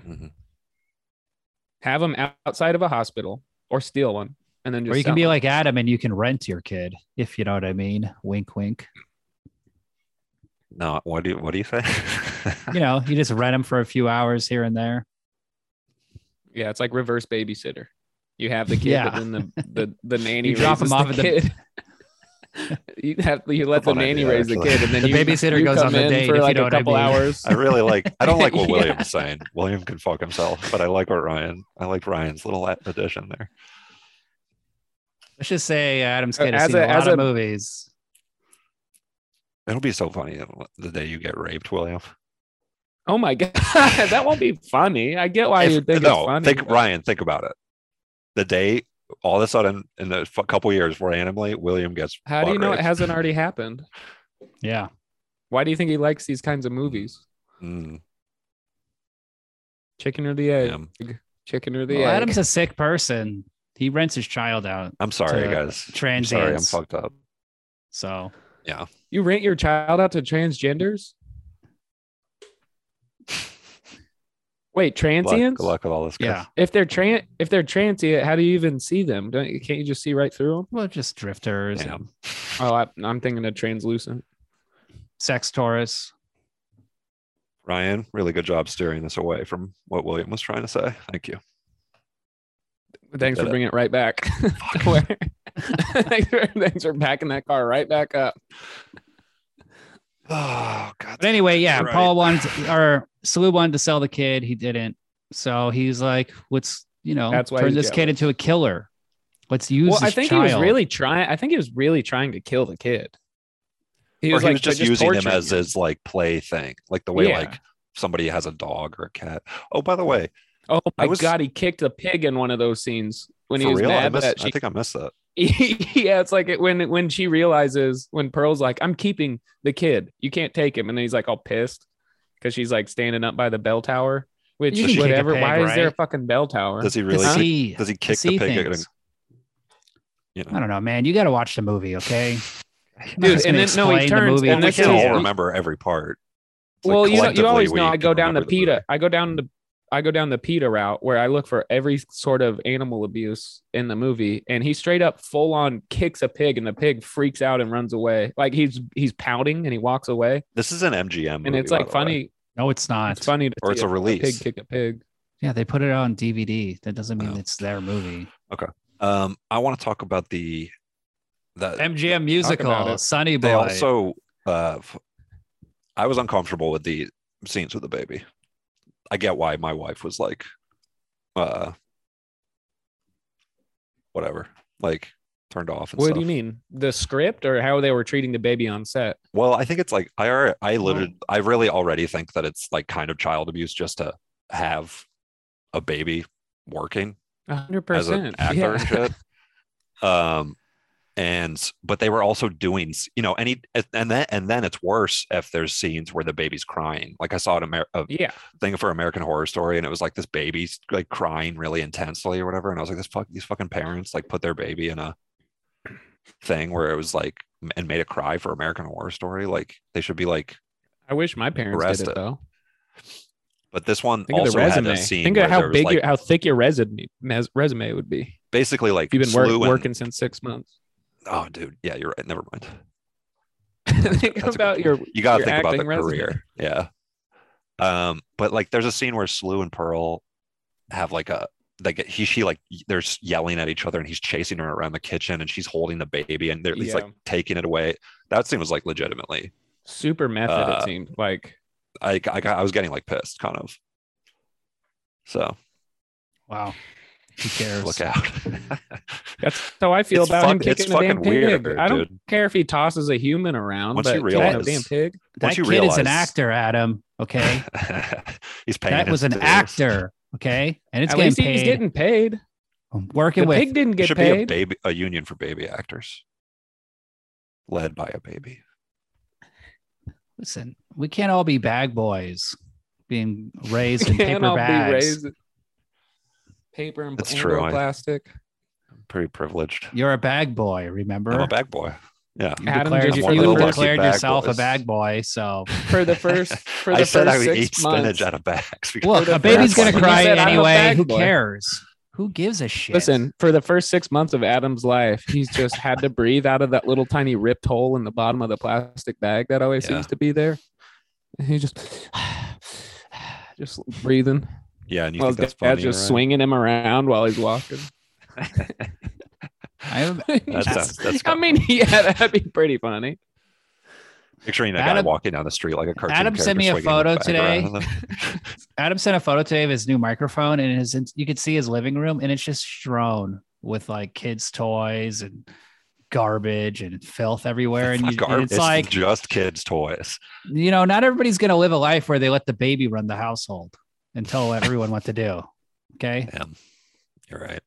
B: have them outside of a hospital or steal one and then just
A: or you
B: sell
A: can be
B: them.
A: like Adam and you can rent your kid, if you know what I mean. Wink, wink.
C: No, what do you what do you say?
A: You know, you just rent them for a few hours here and there.
B: yeah it's like reverse babysitter you have the kid
A: Yeah.
B: and then the the, the nanny
A: You drop
B: raises
A: 'em off at
B: the
A: the-
B: kid you have you let the
C: Fun
B: nanny
C: idea,
B: raise the
C: actually.
B: kid and then
A: The
B: you,
A: babysitter
B: you
A: goes
B: come
A: on the
B: in
A: date, if
B: for
A: you
B: like
A: know
B: a
A: what I
B: couple
A: mean.
B: hours
C: I really like. I don't like what
B: Yeah.
C: William's saying. William can fuck himself, but I like what Ryan. I like Ryan's little addition there.
A: Let's just say Adam's
B: Uh,
A: kid has
B: as
A: seen a,
B: a- as
A: lot of
B: a-
A: movies.
C: It'll be so funny the day you get raped, William.
B: oh my god that won't be funny i get why
C: If-
B: you think
C: no,
B: it's funny
C: think
B: but-
C: Ryan. Think about it. The day, all of a sudden, in a f- couple years, randomly, William gets.
B: how do
C: butt
B: you know
C: raped.
B: it hasn't already happened
A: Yeah.
B: why do you think he likes these kinds of movies
C: Mm,
B: chicken or the egg
C: damn.
B: chicken or the
A: Well,
B: egg
A: Adam's a sick person. He rents his child out.
C: I'm sorry,
A: To
C: guys. I'm sorry, I'm
A: Transients.
C: fucked up.
A: So
B: you rent your child out to transgenders wait
C: Good luck-
B: transients
C: Good luck with all this. guys.
A: yeah.
B: if they're tran if they're transient, how do you even see them? Don't you, can't you just see right through them?
A: Well, just drifters
C: Yeah.
A: and
B: Oh, I, I'm thinking of translucent.
A: sex tourists.
C: Ryan, really good job steering this away from what William was trying to say. Thank you.
B: Thanks for
C: Uh,
B: bringing it right back.
C: Oh,
B: Where- thanks, for, thanks for backing that car right back up.
C: Oh God.
A: But anyway, yeah,
C: Right.
A: Paul wanted or Salu wanted to sell the kid. He didn't. So he's like, let's, you know,
B: That's why
A: turn
B: he's
A: this kid
B: jealous.
A: into a killer. Let's use
B: well, I
A: this
B: think
A: child.
B: he was really trying. I think he was really trying to kill the
C: or
B: kid.
C: he
B: like,
C: was just,
B: just
C: using him
B: torturing
C: as
B: him.
C: his like play thing, like the way
B: Yeah.
C: like somebody has a dog or a cat. Oh, by the way,
B: Oh
C: I
B: my
C: was-
B: god, he kicked a pig in one of those scenes when he
C: for
B: was
C: real, I,
B: mad
C: missed,
B: that
C: I
B: she
C: think I missed that.
B: yeah, it's like it, when when she realizes when Pearl's like, "I'm keeping the kid. You can't take him," and then he's like all pissed because she's like standing up by the bell tower. Which
A: You can kick a
B: whatever.
A: pig,
B: Why is there a
A: right?
B: fucking bell tower?
C: Does he
A: To
C: really? kick-
A: see-
C: does he
A: to
C: kick the
A: see
C: pig? at-
A: things.
C: You
A: I
C: know,
A: don't know, man. You got to watch the movie, okay? I'm not
B: Dude,
A: just
B: and
A: gonna
B: then- no, he
A: explain the
B: turns-
A: movie.
B: and
C: we
B: this
C: can't
B: is-
C: all remember every part. It's like
B: well, you know, you
C: collectively
B: always know
C: we
B: I
C: can
B: go down the
C: remember the
B: PETA.
C: movie.
B: I go down the I go down the PETA route where I look for every sort of animal abuse in the movie, and he straight up full on kicks a pig, and the pig freaks out and runs away. Like he's he's pouting and he walks away,
C: This is an MGM, movie,
B: and it's
C: by
B: like
C: the way.
B: funny.
A: No, it's not.
B: It's funny, to
C: Or
B: see
C: it's a
B: pig
C: release.
B: kick a pig.
A: Yeah, they put it out on DVD. That doesn't mean
C: Oh.
A: it's their movie.
C: Um, I want to talk about the that
A: MGM
B: about
A: musical,
B: it.
A: Sunny Boy.
C: they also uh f- i was uncomfortable with the scenes with the baby i get why my wife was like uh whatever like turned off and
B: What
C: stuff.
B: do you mean? The script or how they were treating the baby on set?
C: well i think it's like i alre- i literally i really already think that it's like kind of child abuse just to have a baby working
B: 100%.
C: as an actor and
B: Yeah.
C: shit. Um, and but they were also doing, s- you know, any and then and then it's worse if there's scenes where the baby's crying. Like I saw an Amer- a
B: yeah.
C: thing for American Horror Story, and it was like this baby's like crying really intensely or whatever. And I was like, this fuck, these fucking parents like put their baby in a thing where it was like m- and made it cry for American Horror Story. Like they should be like,
B: I wish my parents did
C: Arrested.
B: it though.
C: but this one
B: Think of
C: also
B: the
C: had
B: resume.
C: a scene
B: Think
C: where
B: of
C: there
B: how
C: was
B: big,
C: like
B: your, how thick your resume mes- resume would be.
C: basically like
B: If you've been work,
C: Slew and-
B: working since six months.
C: Oh, dude, yeah, you're right. Never mind.
B: think
C: that's a good
B: about
C: point.
B: your.
C: you gotta
B: your
C: think about the
B: acting resume.
C: career yeah um but like there's a scene where slew and pearl have like a like he she like y- they're s- yelling at each other and he's chasing her around the kitchen and she's holding the baby and they're, he's like
B: Yeah.
C: taking it away that scene was like legitimately
B: Super method.
C: Uh,
B: it seemed like.
C: i i, got, I was getting like pissed kind of so
A: wow. Who cares?
C: look out
B: That's how I feel
C: it's
B: about him
C: fuck- it's
B: kicking the damn
C: fucking
B: pig.
C: weird,
B: I don't
C: dude.
B: care if he tosses a human around.
C: Once
B: but
C: you
B: kicking a
C: realize-
B: damn pig.
A: that
C: once you
A: kid
C: realize
A: is an actor, Adam. Okay.
C: he's paying
A: that
C: his
A: was an
C: dues.
A: actor. Okay. And it's
B: At
A: getting
B: least
A: paid.
B: he's getting paid.
A: I'm
B: The
A: working with
B: pig didn't
C: there
B: get
C: should
B: paid.
C: be a baby a union for baby actors led by a baby
A: listen, we can't all be bag boys being raised in
B: Can't all
A: paper
B: be
A: bags.
B: raised- Paper and
C: That's
B: and
C: true,
B: or
C: I-
B: plastic.
C: pretty privileged
A: You're a bag boy, remember?
C: I'm a bag boy. Yeah.
A: You
B: Adam
A: declared,
B: just
A: you-
B: one of
A: you
B: the lucky
A: declared
C: bag
A: yourself a
C: boys.
A: bag boy, so
B: for the first for the
C: I said
B: first
C: I would
B: six
C: eat
B: months.
C: spinach out of bags. because-
A: look,
B: the
A: a baby's
B: first
A: gonna
B: one.
A: cry
B: He said, "I'm a
A: anyway.
B: bag
A: Who
B: boy."
A: cares? Who gives a shit?
B: Listen, for the first six months of Adam's life, he's just had to breathe out of that little tiny ripped hole in the bottom of the plastic bag that always
C: Yeah.
B: seems to be there. And he just, just breathing.
C: Yeah, and you
B: Well,
C: think that's
B: his
C: funny?
B: dad's just
C: right?
B: swinging him around while he's walking.
A: I,
C: That sounds- that's
B: I
C: got-
B: mean, yeah, that'd be pretty funny.
C: Picturing a guy
A: Adam-
C: walking down the street like a cartoon.
A: Adam
C: character
A: sent me a
C: swinging
A: photo
C: bag
A: today.
C: around and then-
A: Adam sent a photo today of his new microphone, and his you could see his living room, and it's just strewn with like kids' toys and garbage and filth everywhere, and, you,
C: Fuck,
A: and
C: our-
A: it's like
C: just kids' toys.
A: you know, not everybody's going to live a life where they let the baby run the household and tell everyone what to do. Okay.
C: Damn. You're right.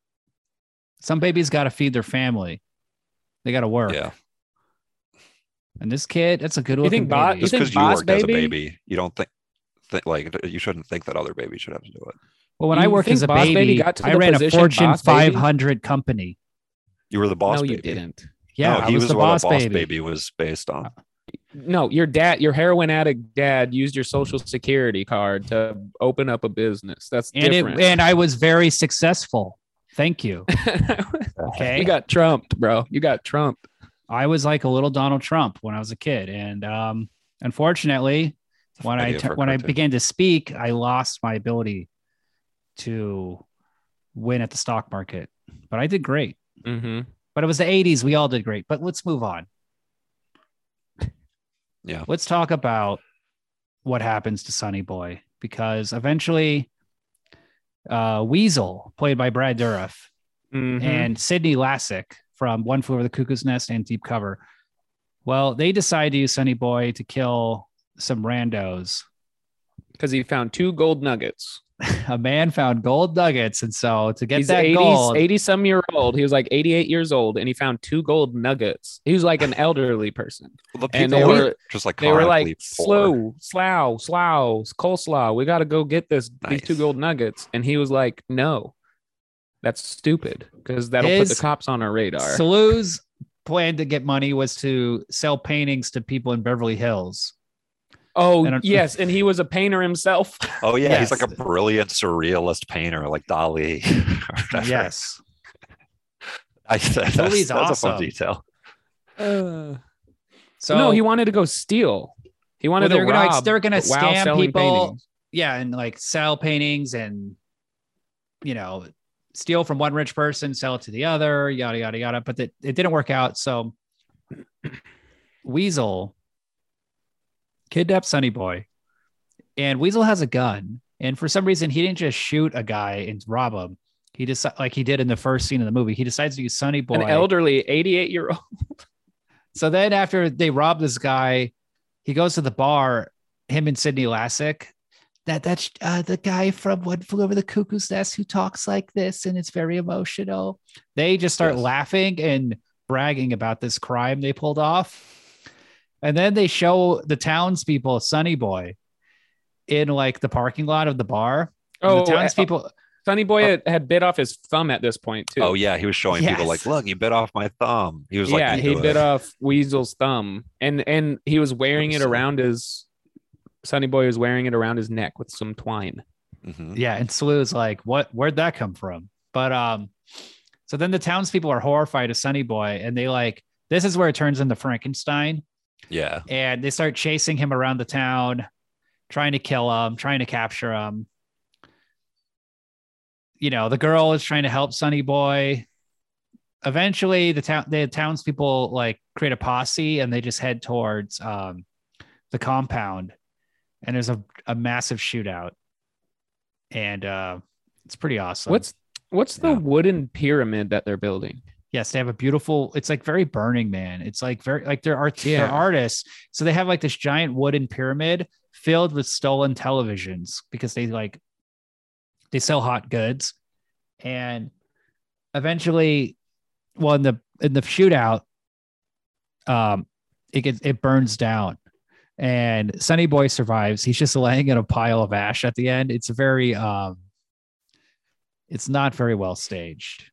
A: Some babies got to feed their family, they got to work.
C: Yeah.
A: And this kid, that's a good
B: You
A: looking
B: think Bob-
A: baby.
B: you
C: Just because you
B: Boss
C: worked as a
B: Baby-
C: baby, you don't think, think like you shouldn't think that other babies should have to do it.
A: well, when I
B: you
A: worked
B: think
A: as a
B: Boss
A: baby,
B: Baby got to
A: I
B: the
A: ran a
B: position
A: Fortune
B: Boss Baby?
A: 500 company.
C: You were the boss.
B: no,
C: baby.
B: you didn't.
A: Yeah,
C: no,
A: I
C: he
A: was,
C: was,
A: the
C: what
A: boss,
C: a boss
A: baby.
C: was based on.
B: No, your dad, your heroin addict dad, used your social security card to open up a business. That's
A: And it,
B: different.
A: and I was very successful. Thank you. Okay.
B: you got trumped, bro. You got trumped.
A: I was like a little Donald Trump when I was a kid, and um, unfortunately, when I
C: idea
A: tu-
C: for a
A: when I
C: cartoon.
A: began to speak, I lost my ability to win at the stock market. But I did great.
B: Mm-hmm.
A: But it was the '80s; we all did great. But let's move on.
C: Yeah.
A: let's talk about what happens to Sonny Boy because eventually, uh, Weasel, played by Brad Dourif,
C: Mm-hmm.
A: and Sydney Lassick from One Flew Over the Cuckoo's Nest and Deep Cover. Well, they decide to use Sonny Boy to kill some randos.
B: because he found two gold nuggets.
A: A man found gold nuggets, and so to get
B: He's
A: that
B: 80,
A: gold,
B: 80 some year old. He was like 88 years old and he found two gold nuggets. He was like an elderly person.
C: The people
B: And they
C: were,
B: were
C: just like
B: they were like
C: chronically poor.
B: slow, slow, slow, coleslaw. We got to go get this these two
C: Nice.
B: gold nuggets. And he was like, no, that's stupid because that'll put
A: His
B: the cops on our radar.
A: Salou's plan to get money was to sell paintings to people in Beverly Hills.
B: oh,
A: and I'm-
B: yes. And he was a painter himself.
C: Oh yeah, he's like
A: Yes.
C: a brilliant surrealist painter, like Dali. or whatever.
A: Yes,
C: I said that's,
A: Movie's
C: that's a
A: awesome.
C: fun detail.
A: so
B: no, he wanted to go steal. He wanted
A: Well,
B: to
A: they're gonna, like,
B: rob
A: they're gonna
B: while
A: scam
B: selling
A: people.
B: paintings.
A: yeah, and like sell paintings and you know steal from one rich person, sell it to the other, yada yada yada. But that it didn't work out. So Weasel kidnapped Sonny Boy, and Weasel has a gun, and for some reason he didn't just shoot a guy and rob him. He just like he did in the first scene of the movie. He decides to use Sonny Boy.
B: An elderly 88 year old.
A: So then after they rob this guy, he goes to the bar, him and Sidney Lassick. That that's uh, the guy from One Flew Over the Cuckoo's Nest who talks like this and it's very emotional. They just start
C: Yes.
A: laughing and bragging about this crime they pulled off. And then they show the townspeople Sonny Boy in like the parking lot of the bar. And
B: Oh,
A: the townspeople. Oh.
B: Sonny Boy had, had bit off his thumb at this point too.
C: Oh yeah, he was showing people like,
A: Yes.
C: look, you bit off my thumb. He was like,
B: yeah, he
C: into
B: bit
C: it.
B: off Weasel's thumb, and and he was wearing it
C: Oops.
B: around his. Sonny Boy was wearing it around his neck with some twine.
C: Mhm.
A: Yeah, and Slew's like, "What? Where'd that come from?" But um, so then the townspeople are horrified of Sonny Boy, and they like this is where it turns into Frankenstein,
C: Yeah,
A: and they start chasing him around the town, trying to kill him, trying to capture him. You know, the girl is trying to help Sonny Boy. Eventually, the town the townspeople like create a posse, and they just head towards um, the compound, and there's a a massive shootout, and uh, it's pretty awesome.
B: What's what's the
C: Yeah.
B: wooden pyramid that they're building?
A: Yes, they have a beautiful. It's like very Burning Man. It's like very like they're art. They're
B: Yeah.
A: artists, so they have like this giant wooden pyramid filled with stolen televisions because they like they sell hot goods, and eventually, well, in the in the shootout, um, it gets it burns down, and Sunny Boy survives. He's just laying in a pile of ash at the end. It's very um, it's not very well staged.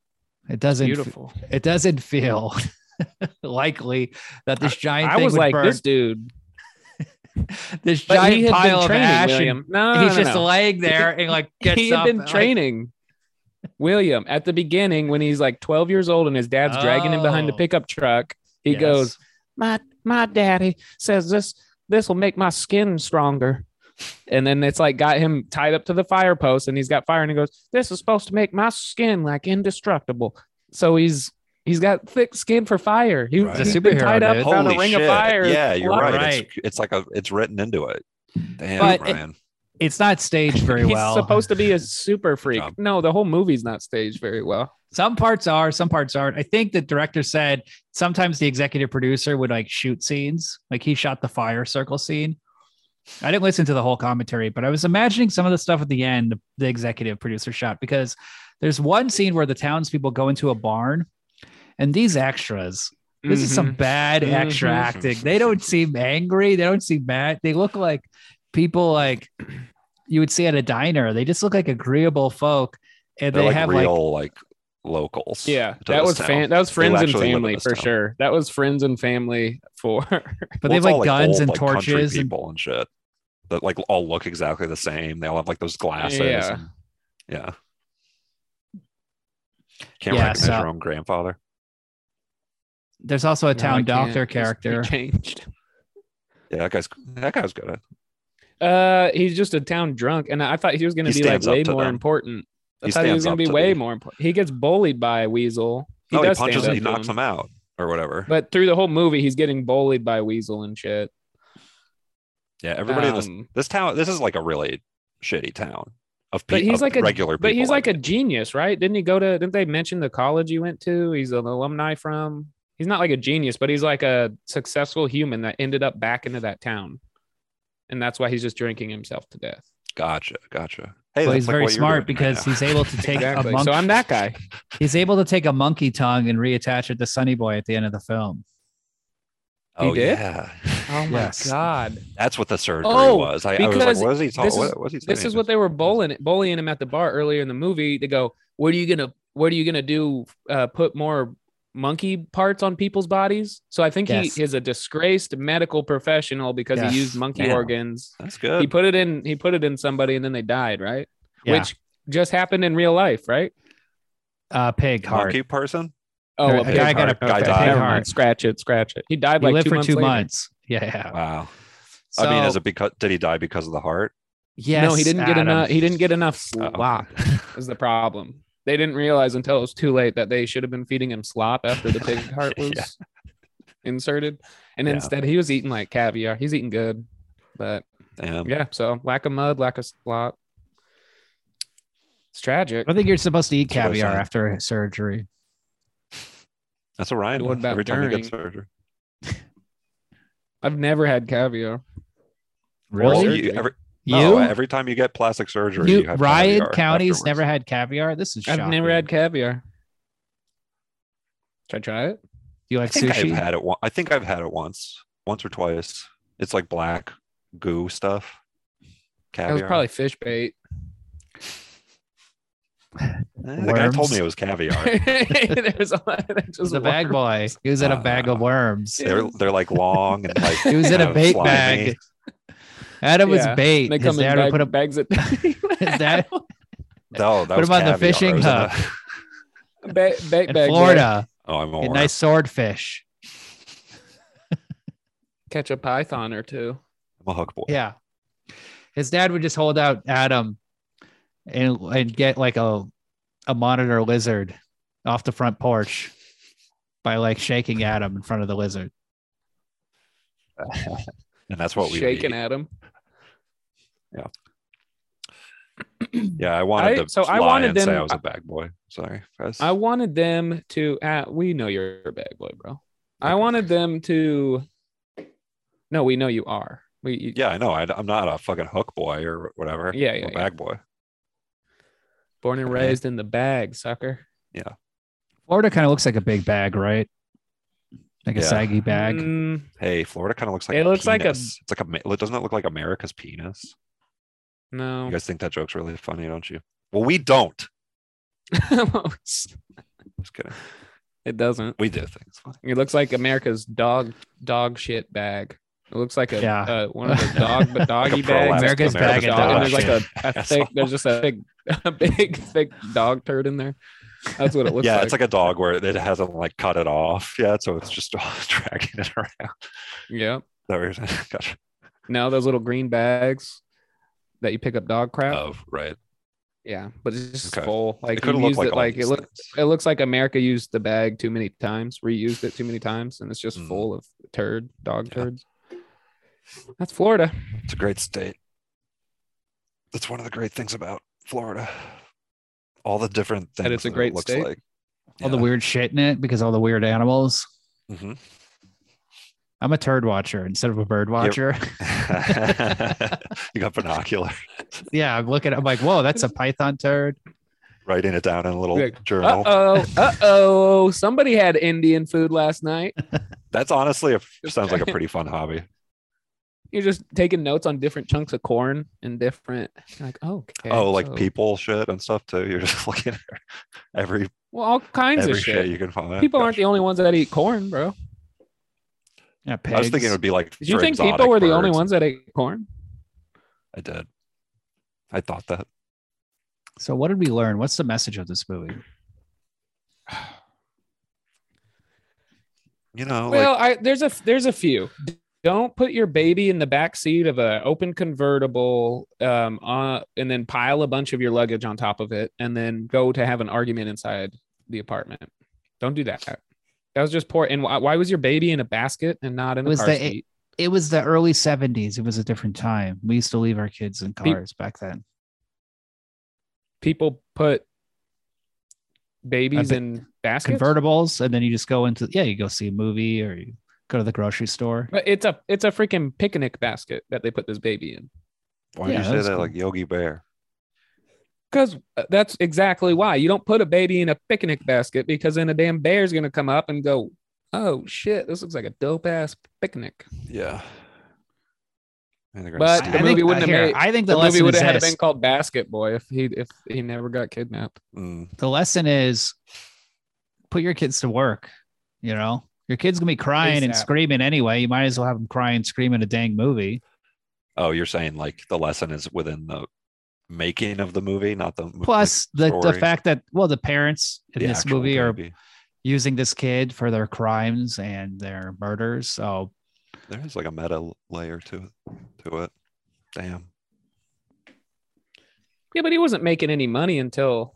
A: It doesn't
B: Beautiful.
A: it doesn't feel likely that this giant
B: I
A: thing
B: was
A: would
B: like,
A: burn.
B: this dude.
A: this
B: But
A: giant
B: he had
A: pile
B: been
A: of
B: training,
A: ash,
B: William.
A: and
B: no, no,
A: he's
B: no,
A: just
B: no.
A: laying there and like gets
B: he had
A: up
B: been
A: and, like,
B: training William at the beginning when he's like 12 years old and his dad's dragging him behind the
A: Oh.
B: pickup truck. He
A: yes.
B: goes, "My my daddy says this this will make my skin stronger." And then it's like got him tied up to the fire post and he's got fire and he goes, "This is supposed to make my skin like indestructible." So he's he's got thick skin for fire. He,
C: Right.
B: was
C: He's a
A: superhero,
B: tied up
A: dude.
B: found a ring of fire.
C: Yeah, you're right.
A: Right.
C: It's, it's like a it's written into it. Damn,
B: But it-
C: Ryan.
A: It's not staged very
B: He's
A: well.
B: supposed to be a super freak.
C: job.
B: No, the whole movie's not staged very well.
A: some parts are, some parts aren't. I think the director said sometimes the executive producer would like shoot scenes, like he shot the fire circle scene. I didn't listen to the whole commentary, but I was imagining some of the stuff at the end the, the executive producer shot because there's one scene where the townspeople go into a barn and these extras. This is some bad extra
B: Mhm.
A: acting. They don't seem angry. They don't seem mad. They look like people like you would see at a diner. They just look like agreeable folk, and
C: They're
A: they
C: like
A: have like
C: real like, locals.
B: Yeah,
C: to
B: that
C: this
B: was
C: town.
B: fan. That was
C: They
B: friends and
C: actually live in
B: family
C: this
B: for
C: town.
B: sure. That was friends and family for.
A: but
C: Well,
A: they
C: it's
A: have like
C: all,
A: guns
C: old,
A: and
C: like, country
A: torches and
C: people and shit that like all look exactly the same. They all have like those glasses.
B: Yeah.
C: and- yeah. Can't
A: Yeah,
C: recognize
A: so-
C: your own grandfather.
A: there's also a
B: No,
A: town
B: I can't.
A: doctor
B: He's- he
A: character
B: changed.
C: Yeah, that guy's that guy's good. At,
B: Uh, he's just a town drunk, and I thought he was going
C: He
B: to be like
C: stands up
B: way
C: to
B: more
C: them.
B: important. I
C: He
B: thought he was
C: stands
B: going
C: up
B: to be
C: to
B: way
C: the-
B: more important. He gets bullied by Weasel.
C: no, Oh, he
B: does stand
C: punches him.
B: up
C: He
B: to
C: knocks him out or whatever.
B: But through the whole movie, he's getting bullied by Weasel and shit.
C: yeah, everybody in this
B: Um,
C: this town. This is like a really shitty town of, pe-
B: But he's
C: of
B: like a-
C: regular people.
B: But he's like
C: I
B: a genius, right? Didn't he go to? Didn't they mention the college he went to? He's an alumni from. He's not like a genius, but he's like a successful human that ended up back into that town, and that's why he's just drinking himself to death.
C: Gotcha, gotcha. Hey,
A: well,
C: that's
A: he's
C: like
A: very
C: what you're
A: smart
C: doing right
A: because
C: now.
A: he's able to take
B: Exactly.
A: a monkey
B: So I'm that guy.
A: he's able to take a monkey tongue and reattach it to Sunny Boy at the end of the film
B: he
C: oh
B: did?
C: yeah,
B: Oh my
A: Yes.
B: god!
C: that's what the surgery
B: Oh,
C: was. I, I was like,
B: because
C: what is he
B: this
C: talking?
B: is-
C: What was he saying?
B: This is what they were bullying bullying him at the bar earlier in the movie. They go, "What are you gonna? What are you gonna do? Uh, put more monkey parts on people's bodies?" So I think
A: Yes.
B: he is a disgraced medical professional because
A: Yes.
B: he used monkey
C: Damn.
B: organs.
C: That's
B: he
C: good.
B: put it in he put it in somebody and then they died right
A: Yeah.
B: which just happened in real life right
A: uh pig heart
C: Monkey person.
B: oh
A: Or a
B: pig
A: guy got a-
B: heart.
C: guy died.
B: Okay, never
A: Pig
B: mind.
A: heart.
B: scratch it scratch it he died
A: he
B: like
A: lived
B: two
A: for
B: months
A: two
B: later.
A: months yeah
C: Wow.
A: so,
C: I mean, is it because did he die because of the heart?
A: yes
B: no he didn't get
A: Adam.
B: enough he didn't get enough
C: Uh-oh.
B: slop is the problem they didn't realize until it was too late that they should have been feeding him slop after the pig heart was
C: Yeah.
B: inserted and
C: Yeah.
B: instead he was eating like caviar he's eating good but
A: Um,
C: Damn.
B: yeah so lack of mud lack of slop it's tragic
A: I think you're supposed to eat
C: That's what I
A: caviar
C: said.
A: after surgery
C: That's what Ryan.
B: What
C: does
B: about
C: every time he gets
B: during?
C: surgery?
B: i've never had caviar
C: Well,
A: really
B: Really?
C: you, every,
A: you,
C: no, every time you get plastic surgery,
A: You-
C: you have
A: Ryan
C: caviar
A: County's
C: afterwards.
A: never had caviar this is shocking.
B: I've never had caviar. Should I try it?
A: do you
C: I
A: like
C: think I've
A: sushi
C: had it. One, I think I've had it once, once or twice. It's like black goo stuff.
B: That
C: Caviar.
B: was probably fish bait.
C: Eh, the guy told
A: worms.
C: me it was caviar.
B: There's a lot that just
A: the bag
B: works.
A: boy he was in a bag of worms
C: they're they're like long and like.
A: He was in
C: kind
A: a
C: of
A: bait
C: slimy.
A: bag. Adam
B: Yeah,
A: was bait.
B: They
A: His
B: come in
A: dad would
B: bag,
A: put a
B: bags at
A: his dad
C: No, that
A: Put
C: was
A: him on the
C: caviar. It
A: fishing
C: was in a-
B: ba- bait
A: in
B: bag, yeah.
A: Florida.
C: oh, I'm a
A: A
C: worm.
A: nice swordfish.
B: Catch a python or two.
C: I'm a hook boy.
A: Yeah. His dad would just hold out Adam and and get like a a monitor lizard off the front porch by like shaking Adam in front of the lizard.
C: And that's what we were
B: shaking
C: eating.
B: at him.
C: Yeah, I wanted
B: I-
C: to
B: so I
C: lie
B: wanted
C: and say
B: them-
C: I was a bag boy. Sorry, Fez.
B: I wanted them to. Uh, we know you're a bag boy, bro. I
C: Okay.
B: wanted them to. No, we know you are. We you,
C: yeah, I know. I, am not a fucking hook boy or whatever.
B: Yeah, yeah,
C: I'm a
B: yeah.
C: bag boy.
B: born and
C: Okay.
B: raised in the bag, sucker.
A: Florida kind of looks like a big bag, right? Like a
C: Yeah.
A: saggy bag.
B: Mm,
C: Hey, Florida kind of looks like
B: It
C: a
B: looks like a-
C: penis. It's like a. ma- It doesn't it look like America's penis?
B: no. Mm.
C: You guys think that joke's really funny, don't you? Well, we don't. Just kidding.
B: It doesn't.
C: We do things funny.
B: It looks like America's dog dog shit bag. It looks like a
A: Yeah.
B: uh, one of the dog but doggy
C: pro
B: bags.
C: lab-
A: America's
B: There's
A: bag
B: a
A: of
B: dog-
A: dog
B: and There's like a, a
C: That's
B: thick.
C: all.
B: There's just a thick, a big thick dog turd in there. That's what it looks
C: yeah,
B: like.
C: it's like a dog where it hasn't like cut it off yet, so it's just dragging it around. Is
B: yeah.
C: that what you're saying? Gotcha.
B: No, those little green bags that you pick up dog crap.
C: Oh, right.
B: Yeah, but it's just
C: Okay.
B: full.
C: It
B: Like
C: could
B: you
C: have looked
B: used
C: like
B: it
C: all
B: like
C: these
B: it looks.
C: things.
B: It looks like America used the bag too many times, reused it too many times, and it's just
C: Mm.
B: full of turd dog
C: Yeah.
B: turds. That's Florida.
C: It's a great state. That's one of the great things about Florida. All the different things
B: That it's a great
C: it looks
B: state?
C: like.
A: All the weird shit in it because all the weird animals.
C: Mhm.
A: I'm a turd watcher instead of a bird watcher.
C: you got binocular,
A: yeah, I'm looking. I'm like, whoa, that's a python turd.
C: writing it down in a little
B: Like, Uh
C: journal.
B: oh, uh oh! Somebody had Indian food last night.
C: That's honestly a, sounds like a pretty fun hobby.
B: You're just taking notes on different chunks of corn and different like oh okay.
C: oh, like
B: so-
C: people shit and stuff too. You're just looking at every
B: Well, all kinds
C: every
B: of
C: shit.
B: shit.
C: you can find.
B: people aren't the only ones that eat corn, bro.
A: Yeah,
C: I was thinking it
A: pigs.
C: would be like.
B: Did you
C: for
B: think
C: exotic
B: people were the only
C: birds.
B: ones that ate corn?
C: I did. I thought that.
A: So, what did we learn? What's the message of this movie?
C: You know, like,
B: Well, I there's a there's a few. Don't put your baby in the back seat of a open convertible, um, uh, and then pile a bunch of your luggage on top of it, and then go to have an argument inside the apartment. Don't do that. That was just poor. And why, why was your baby in a basket and not in
A: It
B: a
A: was
B: car
A: the-
B: seat?
A: It was the early 70s. It was a different time. We used to leave our kids in cars back then.
B: People put babies
A: ba-
B: in baskets.
A: Convertibles, and then you just go into, yeah, you go see a movie or you go to the grocery store.
B: But it's a it's a freaking picnic basket that they put this baby in.
C: why do
A: yeah,
C: you say
A: that's
C: that?
A: cool.
C: Like Yogi Bear.
B: Because uh, that's exactly why you don't put a baby in a picnic basket because then a damn bear's gonna come up and go, "Oh shit, this looks like a dope ass picnic."
C: Yeah. And they're gonna
B: But
C: steal
B: the
C: it.
A: think-
B: movie wouldn't have
A: here,
B: made-
A: I think the,
B: The, movie
A: lesson
B: would
A: is
B: have
A: this.
B: been called Basket Boy if he if he never got kidnapped.
C: Mm,
A: the lesson is put your kids to work. You know, your kids gonna be crying and
B: ASAP.
A: screaming anyway. You might as well have them crying, screaming a dang movie.
C: Oh, you're saying like the lesson is within the making of the movie, not the mo-
A: Plus the, the
C: story.
A: fact that well, the parents in
C: like, the
A: this
C: actual
A: movie are
C: baby.
A: using this kid for their crimes and their murders. So
C: There is like a meta l- layer to to it. Damn.
B: Yeah, but he wasn't making any money until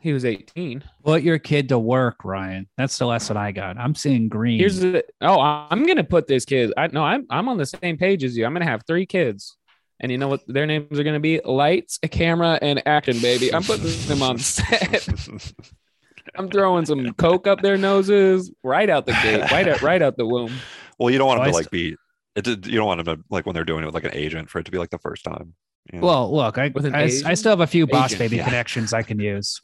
B: he was eighteen.
A: put your kid to work, Ryan. That's the lesson I got. I'm seeing green.
B: Here's the oh, I- I'm gonna put this kid. I no, I'm I'm on the same page as you. I'm gonna have three kids. And you know what their names are going to be? Lights, a camera, and action, baby. I'm putting them on set. I'm throwing some coke up their noses right out the gate, right out, right out the womb.
C: well, you don't
B: Oh,
C: want them to
A: Twice.
C: like be. It did, you don't want them to like when they're doing it with like an agent for it to be like the first time. you know?
A: well, look, I
B: With an
A: I, I
B: agent?
A: still have a few boss
C: Agent,
A: baby
C: yeah.
A: connections I can use.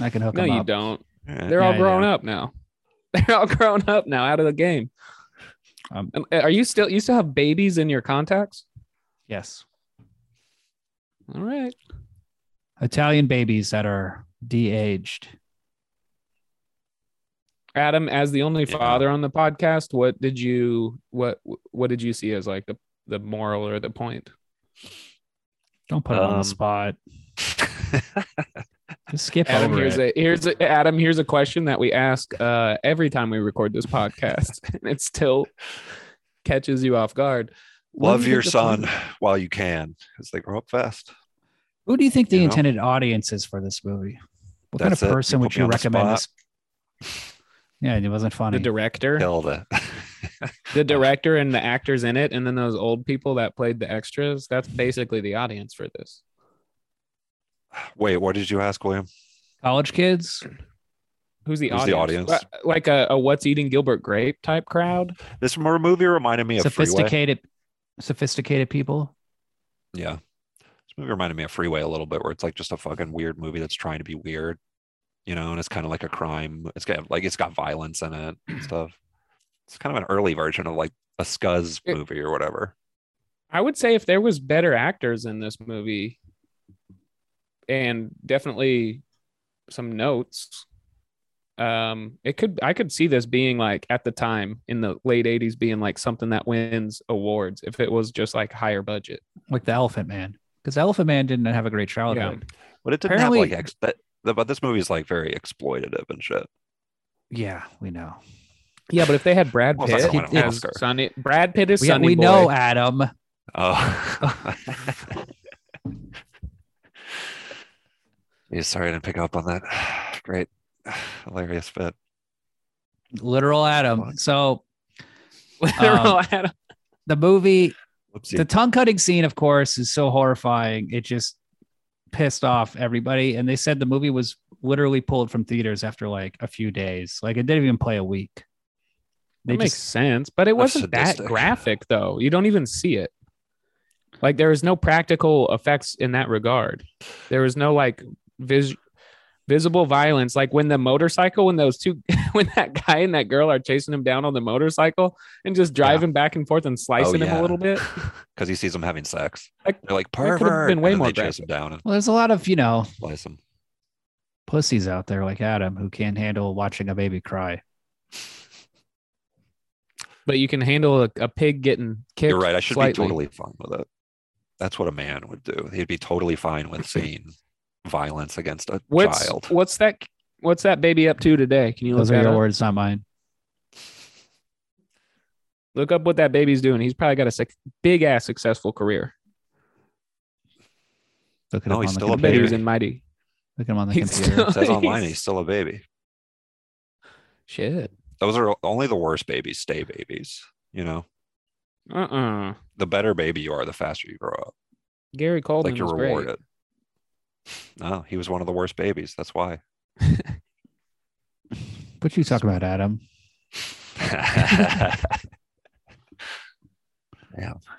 A: I can hook
B: No,
A: them
B: you
A: up.
B: don't.
C: Yeah.
B: They're all
A: Yeah, I
B: grown
A: know.
B: up now. They're all grown up now, out of the game.
A: Um,
B: Um, are you still? You still have babies in your contacts?
A: Yes.
B: All right.
A: Italian babies that are de-aged.
B: Adam, as the only
C: Yeah.
B: father on the podcast, what did you what what did you see as like the the moral or the point?
A: Don't put them on
C: Um,
A: the spot. Just skip
B: Adam,
A: over
B: here's
A: it.
B: a here's a, Adam, here's a question that we ask uh, every time we record this podcast, and it still catches you off guard. What
C: Love
B: do you
C: your
B: think the point-
C: son while you can because they grow up fast.
A: Who do you think the
C: you know?
A: intended audience is for this movie? What kind of
C: That's it. You
A: person would
C: put me
A: you
C: on the
A: recommend
C: spot.
A: this? Yeah, and it wasn't funny.
B: The director.
C: Killed it.
B: the director and the actors in it, and then those old people that played the extras. That's basically the audience for this.
C: Wait, what did you ask, William?
A: College kids?
B: Who's the
C: Who's the audience?
B: audience? Li- Like a, a what's eating Gilbert Grape type crowd.
C: This mo- movie reminded me of Freeway.
A: Sophisticated sophisticated people?
C: Yeah. This movie reminded me of Freeway a little bit, where it's like just a fucking weird movie that's trying to be weird, you know, and it's kind of like a crime. It's got like it's got violence in it and stuff. It's kind of an early version of like a Scuzz
B: It-
C: movie or whatever.
B: I would say if there was better actors in this movie, and definitely some notes, um it could i could see this being like at the time in the late 80s being like something that wins awards if it was just like higher budget
A: like the Elephant Man, because Elephant Man didn't have a great childhood.
C: But it didn't have
A: Apparently-
C: like ex- that. the- But this movie is like very exploitative and shit.
A: Yeah, we know.
B: yeah but if they had brad
C: Well, it's not
B: pitt
C: gonna win an
B: as
C: Oscar.
B: Sonny, brad pitt is
A: We,
B: Sonny
A: we
B: Boy.
A: know Adam.
C: Oh. Yeah, sorry I didn't pick up on that. Great, hilarious bit.
A: literal Adam.
C: Fuck.
A: So um,
B: Literal Adam.
A: the movie,
C: Whoopsie.
A: the tongue cutting scene, of course, is so horrifying. It just pissed off everybody. And they said the movie was literally pulled from theaters after like a few days. Like it didn't even play a week. They
B: That makes
A: just,
B: sense, but it wasn't that
C: sadistic.
B: graphic though. You don't even see it. Like there is no practical effects in that regard. There was no like vis- visible violence. Like when the motorcycle, when those two, when that guy and that girl are chasing him down on the motorcycle and just driving back and forth and slicing him
C: Oh, yeah.
B: a little bit.
C: because he sees them having sex.
B: Like,
C: They're like
B: could've
C: pervert.
B: been way
C: and then
B: more
C: they chase him down and
A: well, there's a lot of, you know,
C: slice him.
A: pussies out there like Adam who can't handle watching a baby cry.
B: But you can handle a, a pig getting kicked.
C: You're right. I should be
B: slightly.
C: totally fine with it. That's what a man would do. He'd be totally fine with seeing violence against a
B: What's
C: child.
B: what's that? What's that baby up to today? Can you look
A: Those are
B: that
A: your
B: up?
A: words, not mine.
B: Look up what that baby's doing. He's probably got a big ass successful career.
A: Look it
C: No,
A: up
C: he's
A: on the
C: still a
B: I bet he
A: computer.
B: was
C: baby.
B: in Mighty.
A: Look him on the
B: He's
A: computer.
B: still-
C: It says online
B: He's-
C: he's still a baby.
B: Shit.
C: Those are only the worst babies stay babies. You know,
B: Uh uh
C: the better baby you are, the faster you grow up.
B: Gary Coleman
C: like you're
B: was great.
C: rewarded. No, he was one of the worst babies. That's why.
A: What you talking about, Adam?
C: yeah,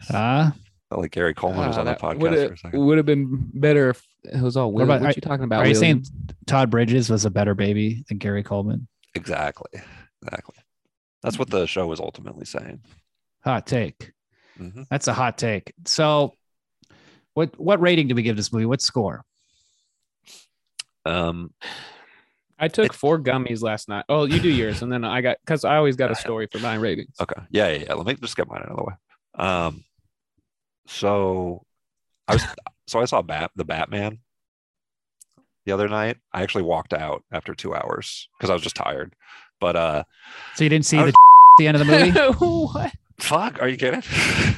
A: Huh?
C: felt like Gary Coleman was
B: Ah,
C: on the
B: that
C: podcast for a
B: would've-
C: second.
B: Would have been better if it was all. Will.
A: about-
B: What,
A: are-
B: you talking about?
A: are you saying
B: Williams?
A: Todd Bridges was a better baby than Gary Coleman?
C: Exactly. Exactly. That's what the show was ultimately saying.
A: Hot take.
C: hmm
A: That's a hot take. So, what what rating do we give this movie? What score?
C: Um,
B: I took
C: it-
B: four gummies last night? Oh, you do yours, and then I got because I always got a story for nine ratings.
C: Okay. Yeah, yeah, yeah. Let me just get mine out of the way. Um, so I was so I saw Bat the Batman the other night. I actually walked out after two hours because I was just tired. But uh,
A: So you didn't see
C: I
A: the
C: was-
A: at the end of the movie?
B: what?
C: fuck, are you kidding?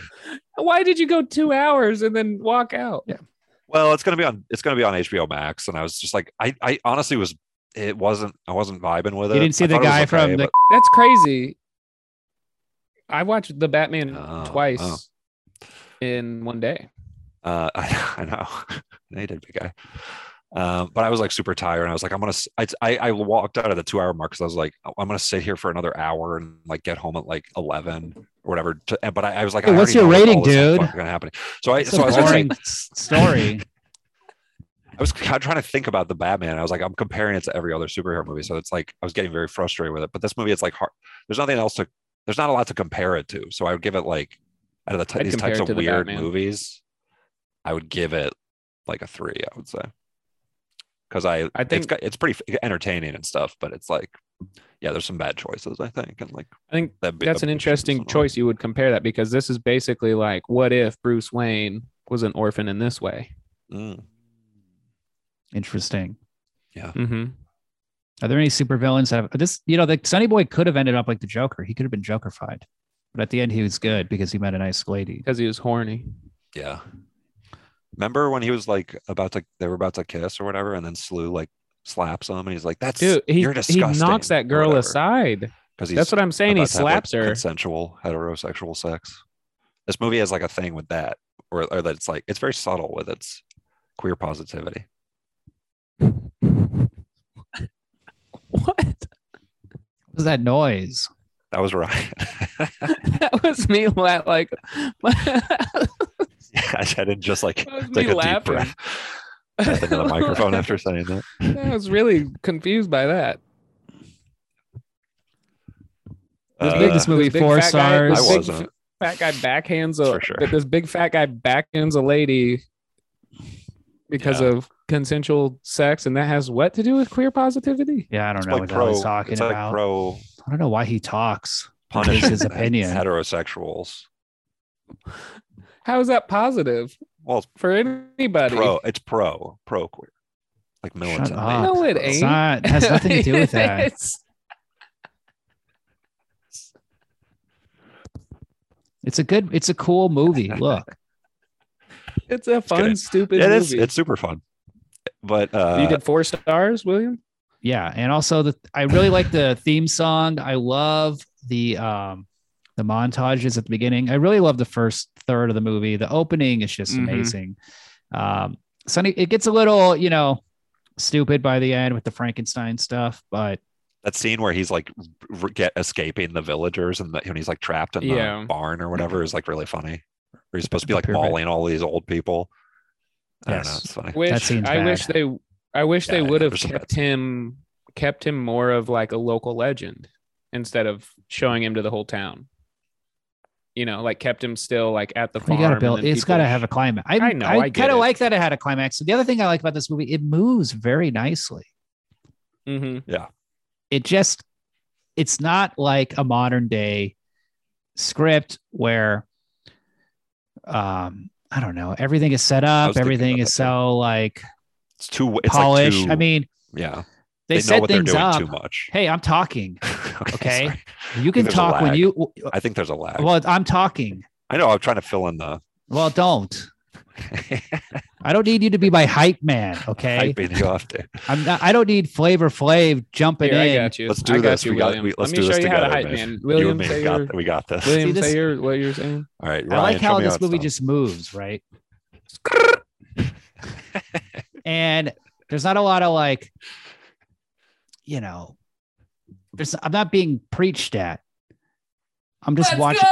B: Why did you go two hours and then walk out?
C: well, it's gonna be on. It's gonna be on HBO Max, and I was just like, I, I honestly was. It wasn't. I wasn't vibing with it.
A: You didn't see
C: I
A: the
C: thought it was
A: guy from
C: okay,
A: the
C: but-
B: That's crazy. I watched the Batman
C: Oh,
B: twice
C: wow.
B: in one day.
C: Uh, I, I know, they did big guy. Um, but I was like super tired, and I was like, I'm gonna. s- I I, I walked out of the two hour mark because I was like, "Oh, I'm gonna sit here for another hour and like get home at like eleven or whatever. To, and- but I, I was like,
A: Hey,
C: I
A: what's
C: already
A: your
C: know, like, all
A: rating,
C: this stuff's
A: dude?
C: fucking Gonna happen. So I
A: It's
C: so I
A: a
C: was gonna say,
A: boring s- story.
C: I was kind of trying to think about the Batman. I was like, I'm comparing it to every other superhero movie, so it's like I was getting very frustrated with it. But this movie, it's like hard. There's nothing else to. There's not a lot to compare it to. So I would give it like out of the t-
B: I'd
C: these
B: compare
C: types
B: it
C: of
B: to the
C: weird
B: Batman.
C: movies, I would give it like a three. I would say because I
B: I
C: it's
B: think-
C: got, it's pretty f- entertaining and stuff, but it's like yeah, there's some bad choices I think, and like
B: I think
C: that.
B: that's an interesting choice you would compare that because this is basically like what if bruce wayne was an orphan in this way
C: Mm.
A: Interesting.
B: mm-hmm.
A: Are there any supervillains that have this? You know, the Sunny Boy could have ended up like the Joker. He could have been Jokerfied, but at the end he was good because he met a nice lady.
B: because he was horny
C: Yeah. Remember when he was like about to they were about to kiss or whatever, and then Slew like slaps him and he's like, That's
B: dude he,
C: you're
B: he
C: disgusting.
B: knocks that girl aside
C: Because he's
B: that's what i'm saying he
C: about to have, like,
B: slaps her
C: consensual heterosexual sex. This movie has like a thing with that, or, or that it's like it's very subtle with its queer positivity.
B: what
A: What was that noise?
C: That was right.
B: that was me la- like that
C: I didn't just like
B: That was me
C: take a deep
B: laughing.
C: breath into the microphone after saying that.
B: i was really confused by that
A: Let's
C: Uh,
A: make this movie
B: big
A: four
B: fat guy-
A: stars.
C: I
B: this big
C: wasn't.
B: fat guy backhands
C: That's
B: a
C: for sure.
B: that this big fat guy backhands a lady because
C: Yeah.
B: of consensual sex, and that has what to do with queer positivity?
A: Yeah, I don't
C: It's
A: know
C: like
A: what the hell
C: pro.
A: he's talking
C: It's
A: about.
C: like pro
A: I don't know why he talks.
C: punish
A: his opinion.
C: heterosexuals.
B: How is that positive
C: Well, it's
B: for anybody?
C: pro. It's pro pro queer, like militant.
A: up.
B: No, it
A: It's
B: ain't.
A: not it has nothing to do with that.
B: It's-
A: It's a good it's a cool movie. Look.
B: It's a fun,
C: kidding.
B: stupid
C: It
B: movie.
C: is. It's super fun. But uh,
B: you did four stars, William.
A: Yeah, and also the I really like the theme song. I love the um the montages at the beginning. I really love the first third of the movie. The opening is just
B: Mhm.
A: amazing. Um Sunny it gets a little, you know, stupid by the end with the Frankenstein stuff, but
C: that scene where he's like r- get escaping the villagers and the, when he's like trapped in the
B: Yeah.
C: barn or whatever is like really funny. Where he's supposed to be
A: The
C: like
A: pyramid.
C: mauling all these old people. I don't know.
A: Yes.
C: It's funny.
B: Wish
A: seems
B: I wish
A: bad.
B: they I wish they
C: Yeah,
B: would have
C: there's some
B: kept him kept him more of like a local legend instead of showing him to the whole town. You know, like kept him still like at the farm.
A: you gotta
B: and
A: build
B: then
A: it's
B: people-
A: gotta have a climax. I,
B: I know,
A: I,
B: I get
A: kinda
B: it.
A: like that it had a climax. The other thing I like about this movie, it moves very nicely.
B: Mhm.
A: it just it's not like a modern day script where um i don't know everything is set
C: was
A: up
C: thinking
A: everything
C: about
A: is
C: that, too.
A: so like
C: It's too. It's
A: polished
C: Like too,
A: i mean
C: yeah,
A: they,
C: know
A: set
C: what they're
A: things
C: doing
A: up
C: too much.
A: hey i'm talking
C: okay,
A: Okay.
C: sorry.
A: you can
C: There's a
A: talk when
C: lag.
A: you
C: I think there's a lag.
A: well i'm talking
C: I know. I'm trying to fill in the.
A: well don't i don't need you to be my hype man okay
C: hyping you off there.
A: i'm not, i don't need flavor flav jumping
B: Here, I
A: in
B: got you.
C: Let's
B: I
C: do
B: got
C: this.
B: You,
C: we got.
B: William.
C: We, let's
B: Let me
C: do
B: show
C: this
B: you
C: together,
B: how to hype
C: man.
B: man.
C: you
B: William,
C: and me
B: say
C: we got.
B: your,
C: th- We got this.
B: William,
A: See, this-
B: say your, what you're saying.
C: All right.
A: I like
C: Ryan, show
A: how
C: me
A: this
C: it's
A: movie
C: done.
A: just moves, right? and there's not a lot of like, you know, there's I'm not being preached at. I'm just watching.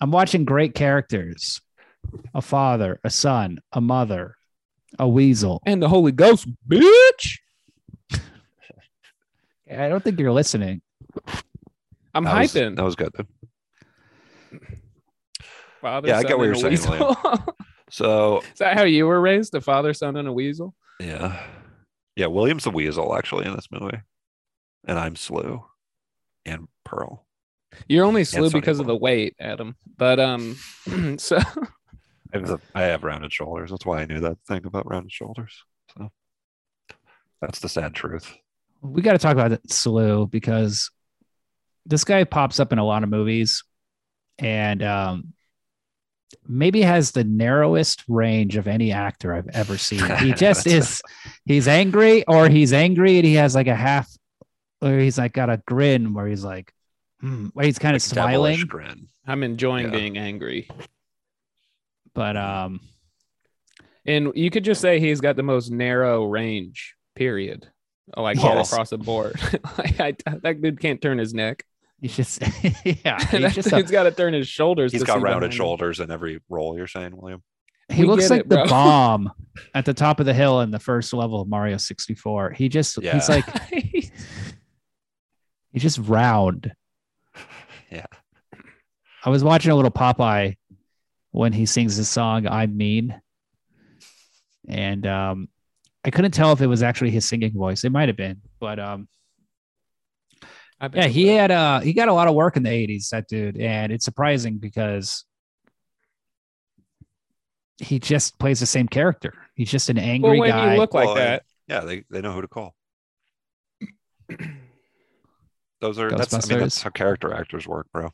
A: I'm watching great characters: a father, a son, a mother, a weasel.
B: And the Holy Ghost, bitch.
A: I don't think you're listening.
B: I'm
C: That was-
B: hyping.
C: That was good.
B: Father,
C: Yeah, I
B: son,
C: get what
B: and
C: you're
B: a
C: saying,
B: weasel.
C: So
B: Is that how you were raised? A father, son, and a weasel?
C: Yeah. Yeah, William's the weasel actually in this movie. And I'm Slew and Pearl.
B: You're only slew
C: it's not
B: because of the
C: equal.
B: weight, Adam. But um, so
C: I have, the- I have rounded shoulders. That's why I knew that thing about rounded shoulders. So that's the sad truth.
A: We got to talk about Slew because this guy pops up in a lot of movies and um, maybe has the narrowest range of any actor I've ever seen. He just is, he's angry or he's angry and he has like a half, or he's like got a grin where he's like, hmm, where he's kind of
C: Devilish
A: smiling.
C: grin.
B: I'm enjoying
C: Yeah.
B: being angry.
A: But um,
B: And you could just say he's got the most narrow range. Period. Like all
A: Yes.
B: across the board. like I, that dude can't turn his neck.
A: he's just, yeah,
B: that
A: he's just a-
B: dude's got to turn his
C: uh,
B: shoulders.
C: He's
B: to see
C: got rounded
B: behind him.
C: shoulders in every role, you're saying, William?
A: he
B: We
A: looks
B: get
A: like
B: it,
A: the
B: bro.
A: bomb at the top of the hill in the first level of Mario 64. He just,
C: Yeah.
A: he's like, He's just round.
C: Yeah.
A: I was watching a little Popeye when he sings his song "I Mean," and um, I couldn't tell if it was actually his singing voice. It might have been, but um,
B: I bet
A: yeah,
B: it
A: he
B: was.
A: had uh, he got a lot of work in the '80s. That dude, and it's surprising because he just plays the same character. He's just an
B: Well,
A: angry
B: when
A: guy.
B: you look like
C: Well,
B: that,
C: Yeah, they, they know who to call. Those are that's I mean
A: Ghostbusters.
C: that's how character actors work, bro.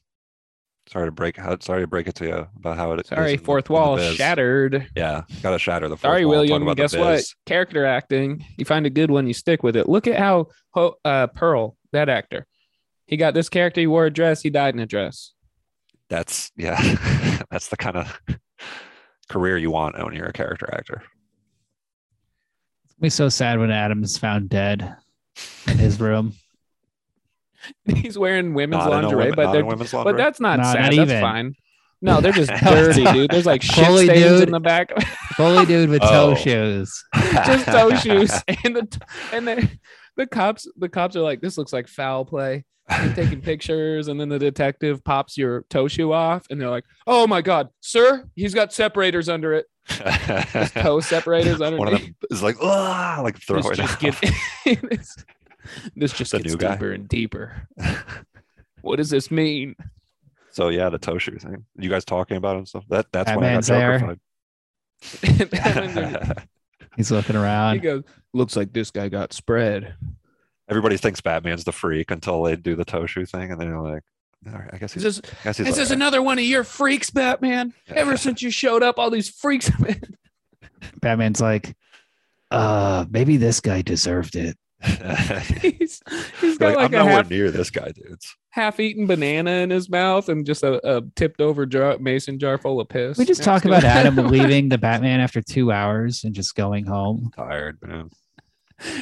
C: Sorry to break sorry to break it to you about how it is
B: sorry,
C: in the-
B: fourth
C: in the
B: wall
C: biz.
B: shattered.
C: Yeah, gotta shatter the fourth
B: Sorry,
C: wall and talk
B: William.
C: about the
B: Guess what?
C: biz.
B: Character acting. You find a good one, you stick with it. Look at how Ho- uh, Pearl, that actor, he got this character. He wore a dress. He died in a dress.
C: that's yeah that's the kind of career you want when you're a character actor
A: It'll be so sad when Adam is found dead in his room.
B: He's wearing women's
C: not in a
B: lingerie,
C: women-
B: but
C: not
B: they're,
C: in women's
B: but
C: lingerie
B: that's not
A: Nah,
B: sad.
A: not
B: that's
A: even.
B: fine. No, they're just
C: That's
B: dirty,
C: not-
B: dude. There's like shit
A: Fully,
B: stains
A: dude.
B: in the back,
A: Fully dude with toe
C: Oh.
A: shoes.
B: just toe shoes, and the and the, the cops. The cops are like, this looks like foul play. and taking pictures and then the detective pops your toe shoe off and they're like oh my god sir he's got separators under it His toe separators
C: One of
B: underneath.
C: them is like, ah, like throw
B: This
C: it
B: just,
C: out.
B: get- this, this just
C: The
B: gets
C: new guy.
B: deeper and deeper. What does this mean?
C: so yeah, the toe shoe thing. You guys talking about it and stuff. That that's why I got
A: Batman's there.
C: Joker
B: he
C: fied.
A: He's looking around.
B: goes, looks like this guy got spread.
C: Everybody thinks Batman's the freak until they do the toe shoe thing, and then they're like, all right, I guess
B: Is
C: he's.
B: this,
C: I guess he's
B: is
C: all
B: this
C: right."
B: another one of your freaks, Batman? Ever since you showed up, all these freaks.
A: Batman's like, uh, maybe this guy deserved it.
B: he's, he's
C: They're like,
B: got
C: I'm
B: like, a
C: nowhere
B: half,
C: near this guy, dudes.
B: half-eaten banana in his mouth and just a, a tipped-over jar, mason jar full of piss.
A: We just
B: next
A: talk
B: to
A: about
B: him.
A: Adam leaving the Batman after two hours and just going home.
C: Tired, man.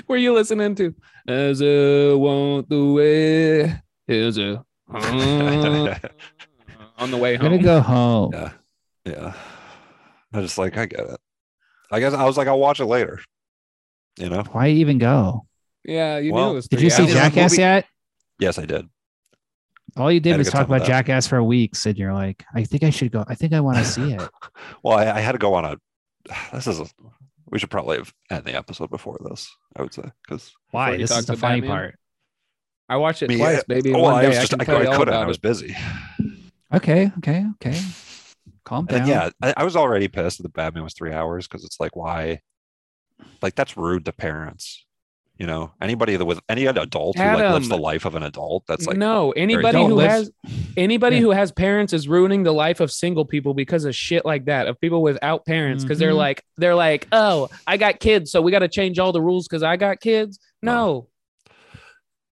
B: Were you listening to? As a want the way is a Mm. on the way
A: I'm gonna
B: home.
A: go home.
C: Yeah, yeah. I just like I get it. I guess I was like, I'll watch it later. You know?
A: Why even go?
B: Yeah, you knew
C: Well,
B: it was.
A: Did
B: three
A: you see
B: hours.
A: Jackass
C: movie-
A: yet?
C: Yes, I did.
A: All you
C: Had
A: did
C: a
A: was
C: good
A: talk
C: time with
A: about
C: that.
A: Jackass for a week, and you're like, I think I should go. I think I want to see it.
C: Well, I, I had to go on a. This is. A, we should probably have end the episode before this. I would say because
A: Why?
B: you
A: This
B: talk
A: is the
B: to
A: funny
B: Batman?
A: part.
B: I watched it
C: Me- uh,
B: twice, baby.
C: Oh, well,
B: One
C: I
B: day
C: was
B: I
C: just
B: can
C: I,
B: tell you
C: I
B: all
C: couldn't.
B: about
C: I was
B: it.
C: busy.
A: Okay, okay, okay. Calm down.
C: And yeah, I, I was already pissed that the Batman was three hours because it's like why, like that's rude to parents. You know, anybody that with any adult who like lives the
B: Adam.
C: life of an adult, that's like
B: no, anybody
C: don't
B: who
A: listen.
B: has anybody
A: Yeah.
B: who has parents is ruining the life of single people because of shit like that of people without parents because
C: Mm-hmm.
B: they're
A: Mhm.
B: like they're like oh I got kids so we got to change all the rules because I got kids. No,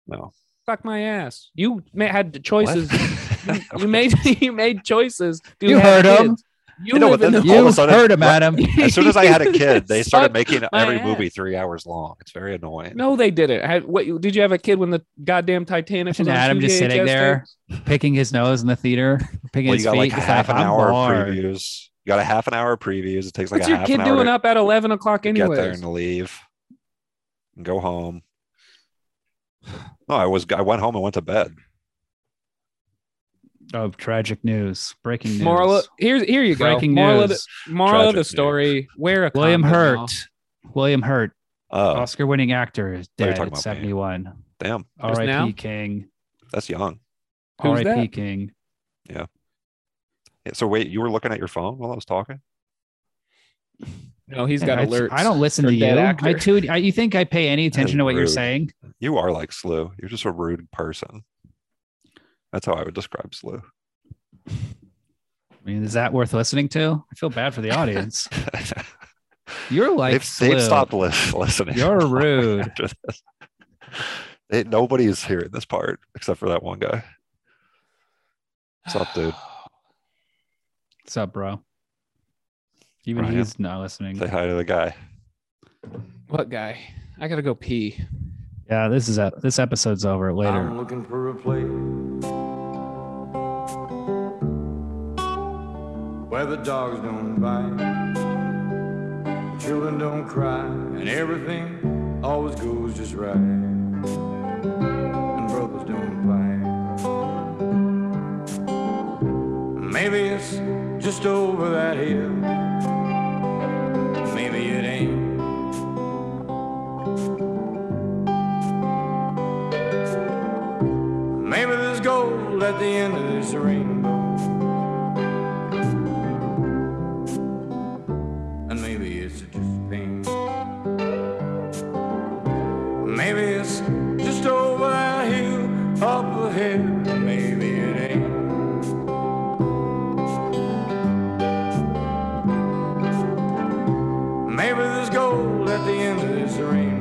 C: no.
B: fuck my ass. You ma- had
C: What?
B: choices. You, you made you made choices. to
A: You
B: have
A: heard 'em.
B: kids. You,
C: You know
B: live
C: what,
B: in
C: then
B: the
C: all of
A: You
C: a sudden-
A: heard him,
C: Right.
A: Adam.
C: As soon as I had a kid, they started
B: Suck
C: making
B: my
C: every
B: ass.
C: movie three hours long. It's very annoying.
B: No, they didn't. Had, what did you have a kid when the goddamn Titanic? Was
A: Imagine
B: on
A: Adam
B: two
A: just sitting
B: VHS
A: there,
B: tapes?
A: picking his nose in the theater, picking
C: well, you
A: his
C: got
A: feet.
C: like
A: He's
C: half an
A: "I'm
C: hour
A: bored."
C: previews. You got a half an hour previews. It takes like
B: What's
C: a
B: your
C: half
B: kid
C: an hour
B: doing
C: to,
B: up at eleven o'clock
C: to get there
B: anyways?
C: and to leave, and go home. No, I was. I went home and went to bed.
A: Oh, tragic news! Breaking news.
B: Moral of- here's here you go.
A: Breaking
B: moral of
A: news.
B: the, moral of the
C: Tragic
B: story: Wear a
A: William
B: condom, y'all.
A: Hurt.
B: uh.
A: William Hurt,
C: Oh,
A: Oscar-winning actor, is
C: Thought you were
A: dead
C: talking
A: at
C: about me.
A: 71.
C: damn,
B: Just now?
A: R.I.P. King.
C: that's young.
B: Who's
A: R.I.P.
B: that?
A: King.
C: Yeah, so wait, you were looking at your phone while I was talking.
B: No, he's
A: Yeah,
B: got
A: I,
B: alerts.
A: I don't listen to
B: for
A: you.
B: dead actor.
A: I tune. I, you think I pay any
C: That is
A: attention to what you're
C: rude.
A: saying?
C: You are like Slew. You're just a rude person. That's how I would describe Slew.
A: I mean, is that worth listening to? I feel bad for the audience. You're like
C: they've, they've
A: Slu.
C: stopped lis- listening.
A: You're rude.
C: after this. They- nobody is hearing this part except for that one guy. What's up, dude?
A: What's up, bro? Even
C: Ryan.
A: he's not listening.
C: Say hi to the guy.
B: What guy? I gotta go pee.
A: Yeah, this is a, this episode's over
B: Um,
A: later.
D: I'm looking for a place where the dogs don't bite, the children don't cry, and everything always goes just right. And brothers don't fight. Maybe it's just over that hill. Maybe it ain't. Maybe there's gold at the end of this rainbow. And maybe it's just pain. Maybe it's just over that hill, up ahead. Maybe it ain't. Maybe there's gold at the end of this rainbow.